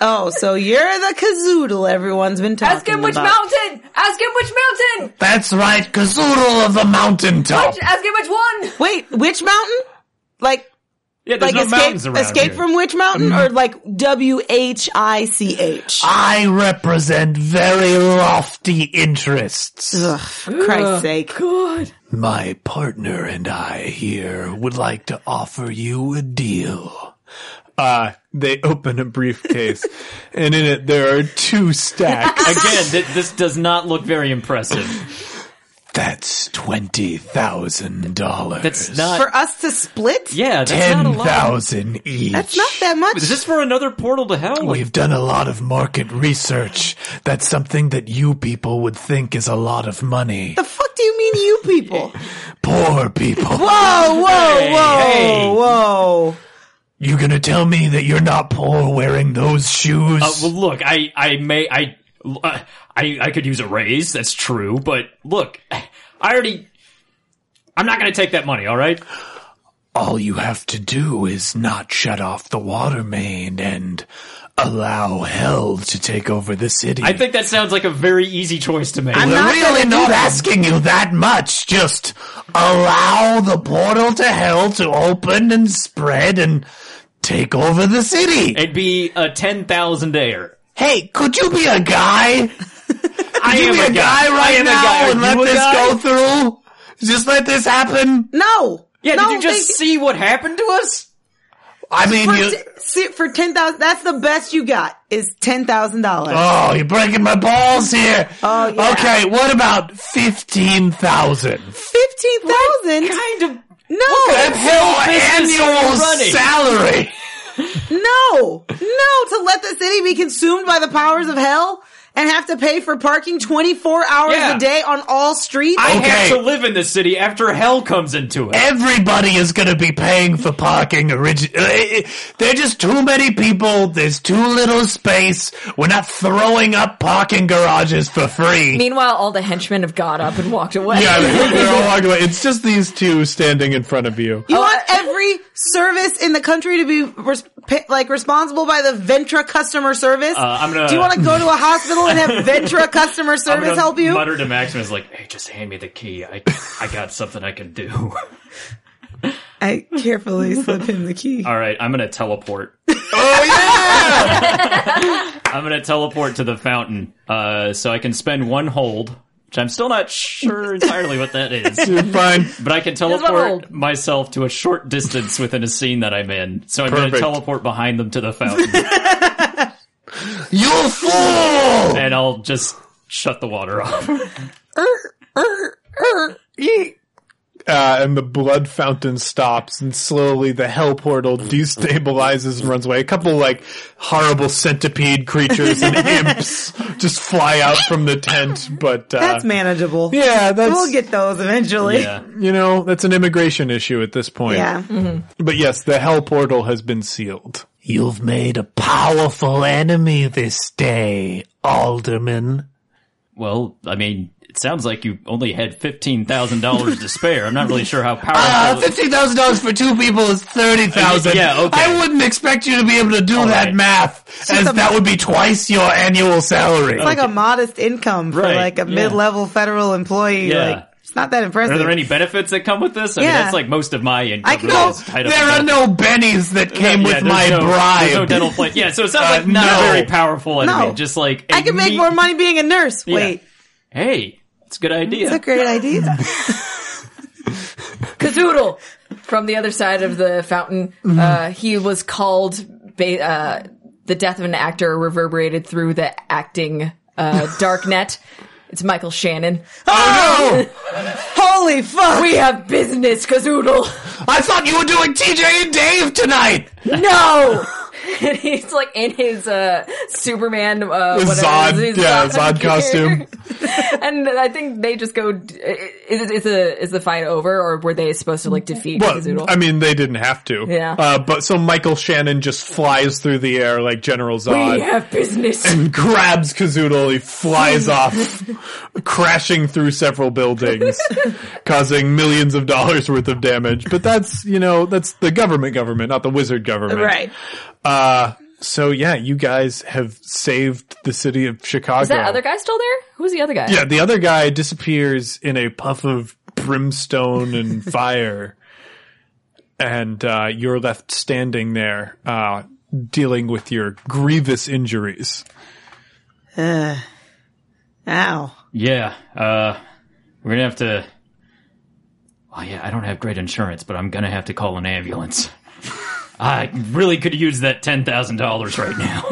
Speaker 5: Oh, so you're the kazoodle everyone's been talking
Speaker 4: Ask him which
Speaker 5: about.
Speaker 4: mountain. Ask him which mountain.
Speaker 1: That's right, Kazoodle of the mountaintop.
Speaker 4: Ask him which one.
Speaker 5: Wait, which mountain? Like
Speaker 6: Yeah, there's
Speaker 5: like
Speaker 6: no mountains
Speaker 5: escape
Speaker 6: around
Speaker 5: escape
Speaker 6: here. Mm.
Speaker 5: from which mountain or like W H I C H?
Speaker 4: Ah.
Speaker 1: I represent very lofty interests.
Speaker 5: Ugh, for Christ's sake.
Speaker 1: My partner and I here would like to offer you a deal. Uh, they open a briefcase and in it there are two stacks.
Speaker 6: Again, th- this does not look very impressive.
Speaker 1: That's $20,000.
Speaker 6: That's not.
Speaker 5: For us to split?
Speaker 6: Uh, yeah, that's not a lot.
Speaker 1: 10,000 each.
Speaker 5: That's not that much.
Speaker 6: Is this for another portal to hell?
Speaker 1: We've done a lot of market research. That's something that you people would think is a lot of money.
Speaker 5: the fuck do you mean you people?
Speaker 1: Poor people.
Speaker 5: Whoa, whoa, whoa,
Speaker 6: hey.
Speaker 5: whoa.
Speaker 1: You gonna tell me that you're not poor wearing those shoes?
Speaker 6: Uh, well, look, I, I may, I, uh, I, I could use a raise. That's true, but look, I already, I'm not going to take that money. All right.
Speaker 1: All you have to do is not shut off the water main and
Speaker 10: allow hell to take over the city.
Speaker 6: I think that sounds like a very easy choice to make.
Speaker 10: We're
Speaker 5: not
Speaker 10: really
Speaker 5: gonna do
Speaker 10: not
Speaker 5: that.
Speaker 10: asking you that much. Just allow the portal to hell to open and spread and take over the city.
Speaker 6: It'd be a ten thousand air.
Speaker 10: Hey, could you be a guy?
Speaker 6: I
Speaker 10: Could you
Speaker 6: am
Speaker 10: be
Speaker 6: a guy. I
Speaker 10: right
Speaker 6: am a
Speaker 10: now
Speaker 6: guy. Are
Speaker 10: and let
Speaker 6: you a
Speaker 10: this
Speaker 6: guy?
Speaker 10: go through? Just let this happen?
Speaker 5: No.
Speaker 6: Yeah,
Speaker 5: no,
Speaker 6: did you just
Speaker 5: thank-
Speaker 6: see what happened to us?
Speaker 10: I mean,
Speaker 5: for,
Speaker 10: you.
Speaker 5: t- si- for ten thousand? That's the best you got is ten thousand dollars.
Speaker 6: Uh,
Speaker 10: Oh, you're breaking my balls here.
Speaker 5: Oh, yeah.
Speaker 10: Okay, what about 15,000?
Speaker 5: Fifteen thousand?
Speaker 6: Kind of.
Speaker 5: No,
Speaker 10: That's your
Speaker 6: business
Speaker 10: annual
Speaker 6: are you running?
Speaker 10: salary.
Speaker 5: no, no! To let the city be consumed by the powers of hell and have to pay for parking twenty four hours
Speaker 6: Yeah.
Speaker 5: a day on all streets.
Speaker 6: I
Speaker 10: Okay.
Speaker 6: have to live in this city after hell comes into it.
Speaker 10: Everybody is going to be paying for parking. Origi- uh, it- there are just too many people. There's too little space. We're not throwing up parking garages for free.
Speaker 4: Meanwhile, all the henchmen have got up and walked away.
Speaker 1: Yeah, they're, they're all walking away. It's just these two standing in front of you.
Speaker 5: You
Speaker 6: Oh,
Speaker 5: want every service in the country to be res- pa- like responsible by the Ventra customer service?
Speaker 6: Uh, I'm gonna-
Speaker 5: Do you want to go to a hospital and have Ventra customer
Speaker 6: I'm
Speaker 5: service
Speaker 6: gonna
Speaker 5: help you?
Speaker 6: Mutter to Maximus like, "Hey, just hand me the key. I I got something I can do."
Speaker 5: I carefully slip him the key.
Speaker 6: All right, I'm gonna teleport.
Speaker 10: oh, yeah!
Speaker 6: I'm gonna teleport to the fountain, uh, so I can spend one hold, which I'm still not sure entirely what that is,
Speaker 1: You're fine.
Speaker 6: but I can
Speaker 4: hold.
Speaker 6: teleport myself to a short distance within a scene that I'm in. So I'm
Speaker 10: Perfect.
Speaker 6: gonna teleport behind them to the fountain,
Speaker 10: You fool!
Speaker 6: and I'll just shut the water off.
Speaker 1: Uh, and the blood fountain stops, and slowly the hell portal destabilizes and runs away. A couple like horrible centipede creatures and imps just fly out from the tent. But uh,
Speaker 5: That's manageable.
Speaker 1: yeah, that's
Speaker 5: We'll get those eventually.
Speaker 6: Yeah.
Speaker 1: you know that's an immigration issue at this point.
Speaker 5: Yeah.
Speaker 1: But yes, the hell portal has been sealed.
Speaker 10: You've made a powerful enemy this day, Alderman.
Speaker 6: Well, I mean, it sounds like you only had fifteen thousand dollars to spare. I'm not really sure how powerful.
Speaker 10: Uh,
Speaker 6: it-
Speaker 10: fifteen thousand dollars for two people is thirty thousand.
Speaker 6: Yeah, okay.
Speaker 10: I wouldn't expect you to be able to do that
Speaker 6: right.
Speaker 10: math, as
Speaker 5: a-
Speaker 10: that would be twice your annual salary.
Speaker 5: It's like a modest income for
Speaker 6: Right,
Speaker 5: like a
Speaker 6: yeah.
Speaker 5: mid-level federal employee.
Speaker 6: Yeah.
Speaker 5: Like it's not that impressive.
Speaker 6: Are there any benefits that come with this? I mean,
Speaker 5: Yeah.
Speaker 6: that's like most of my income.
Speaker 5: I can
Speaker 6: really
Speaker 5: go-
Speaker 6: is tied up
Speaker 10: there
Speaker 6: in
Speaker 10: are
Speaker 6: that.
Speaker 10: no bennies that came
Speaker 6: Yeah,
Speaker 10: with
Speaker 6: there's
Speaker 10: my
Speaker 6: no-
Speaker 10: bribe.
Speaker 6: There's no dental plan. Yeah, so it sounds
Speaker 10: Uh,
Speaker 6: like not
Speaker 10: no.
Speaker 6: a very powerful enemy.
Speaker 5: No.
Speaker 6: Just like
Speaker 5: I
Speaker 6: a
Speaker 5: could make
Speaker 6: neat-
Speaker 5: more money being a nurse.
Speaker 6: Yeah.
Speaker 5: Wait,
Speaker 6: Hey, it's a good idea.
Speaker 5: it's a great idea.
Speaker 4: Kazoodle from the other side of the fountain.
Speaker 1: Mm-hmm.
Speaker 4: Uh, he was called ba- uh, the death of an actor reverberated through the acting uh, dark net. It's Michael Shannon.
Speaker 10: oh
Speaker 5: Holy fuck!
Speaker 4: We have business, Kazoodle.
Speaker 10: no! I thought you were doing TJ and Dave tonight.
Speaker 4: No. and he's like in his uh, Superman uh, whatever
Speaker 1: Zod,
Speaker 4: it is, his
Speaker 1: yeah, Zod
Speaker 4: gear.
Speaker 1: costume.
Speaker 4: and I think they just go. Is, it- is the is the fight over, or were they supposed to like defeat
Speaker 1: Well,
Speaker 4: Kazoodle?
Speaker 1: I mean, they didn't have to.
Speaker 4: Yeah.
Speaker 1: Uh, but so Michael Shannon just flies through the air like General
Speaker 4: we
Speaker 1: Zod,
Speaker 4: have business.
Speaker 1: grabs Kazoodle, he flies off, crashing through several buildings, causing millions of dollars worth of damage. But that's, you know, that's the government government, not the wizard government.
Speaker 5: Right.
Speaker 1: Uh, so yeah, you guys have saved the city of Chicago.
Speaker 4: Is that other guy still there? Who's the other guy?
Speaker 1: Yeah, the other guy disappears in a puff of brimstone and fire, and uh, you're left standing there, uh, dealing with your grievous injuries.
Speaker 5: Ow.
Speaker 6: yeah, uh, we're gonna have to. Oh yeah, I don't have great insurance, but I'm gonna have to call an ambulance. I really could use that ten thousand dollars right now.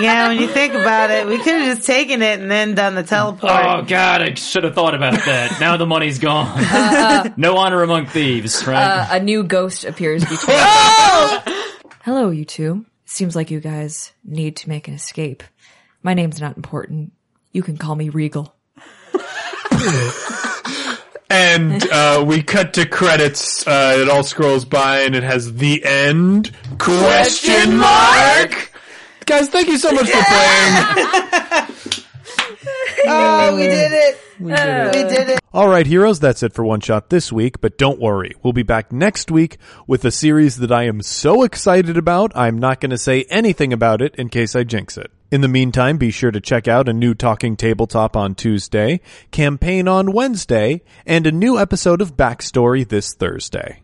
Speaker 5: Yeah, when you think about it, we could have just taken it and then done the teleport.
Speaker 6: Oh God, I should have thought about that. Now the money's gone.
Speaker 5: Uh,
Speaker 6: no honor among thieves, right?
Speaker 4: a new ghost appears between them. Hello, you two. Seems like you guys need to make an escape. My name's not important. You can call me Regal.
Speaker 1: And uh, we cut to credits. Uh, it all scrolls by, and it has the end question mark. Guys, thank you so much for playing.
Speaker 5: Oh, we did it. We did it. We did it.
Speaker 1: All right, heroes, that's it for One Shot this week, but don't worry. We'll be back next week with a series that I am so excited about, I'm not going to say anything about it in case I jinx it. In the meantime, be sure to check out a new Talking Tabletop on Tuesday, Campaign on Wednesday, and a new episode of Backstory this Thursday.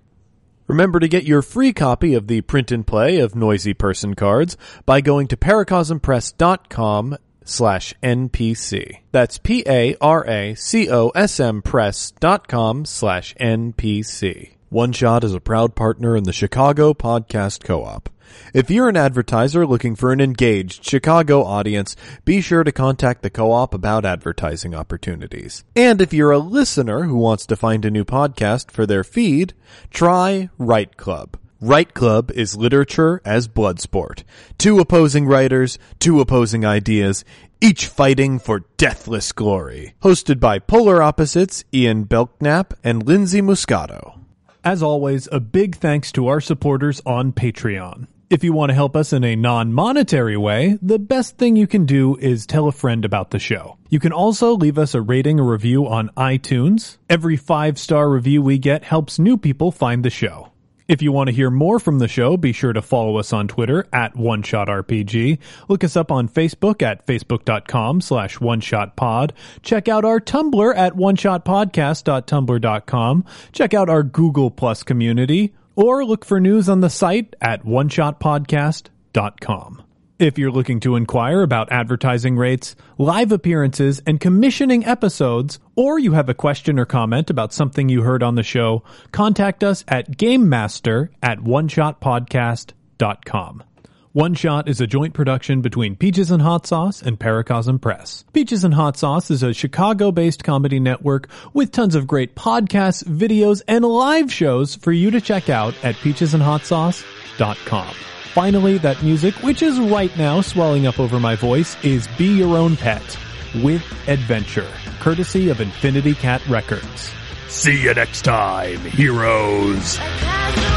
Speaker 1: Remember to get your free copy of the print and play of Noisy Person cards by going to paracosmpress.com slash NPC. That's P-A-R-A-C-O-S-M press dot com slash NPC. One Shot is a proud partner in the Chicago Podcast Co-op. If you're an advertiser looking for an engaged Chicago audience, be sure to contact the co-op about advertising opportunities. And if you're a listener who wants to find a new podcast for their feed, try Write Club. Write Club is literature as blood sport. Two opposing writers, two opposing ideas, each fighting for deathless glory. Hosted by polar opposites Ian Belknap and Lindsay Muscato.
Speaker 11: As always, a big thanks to our supporters on Patreon. If you want to help us in a non monetary way, the best thing you can do is tell a friend about the show. You can also leave us a rating or review on iTunes. Every five star review we get helps new people find the show. If you want to hear more from the show, be sure to follow us on Twitter at One Shot RPG. Look us up on Facebook at facebook.com slash One Shot Pod. Check out our Tumblr at oneshotpodcast.tumblr.com. Check out our Google Plus community or look for news on the site at oneshotpodcast.com. If you're looking to inquire about advertising rates, live appearances, and commissioning episodes, or you have a question or comment about something you heard on the show, contact us at gamemaster at oneshotpodcast.com. One Shot is a joint production between Peaches and Hot Sauce and Paracosm Press. Peaches and Hot Sauce is a Chicago based comedy network with tons of great podcasts, videos, and live shows for you to check out at peachesandhotsauce.com. Finally, that music, which is right now swelling up over my voice, is Be Your Own Pet with Adventure, courtesy of Infinity Cat Records.
Speaker 2: A cosmic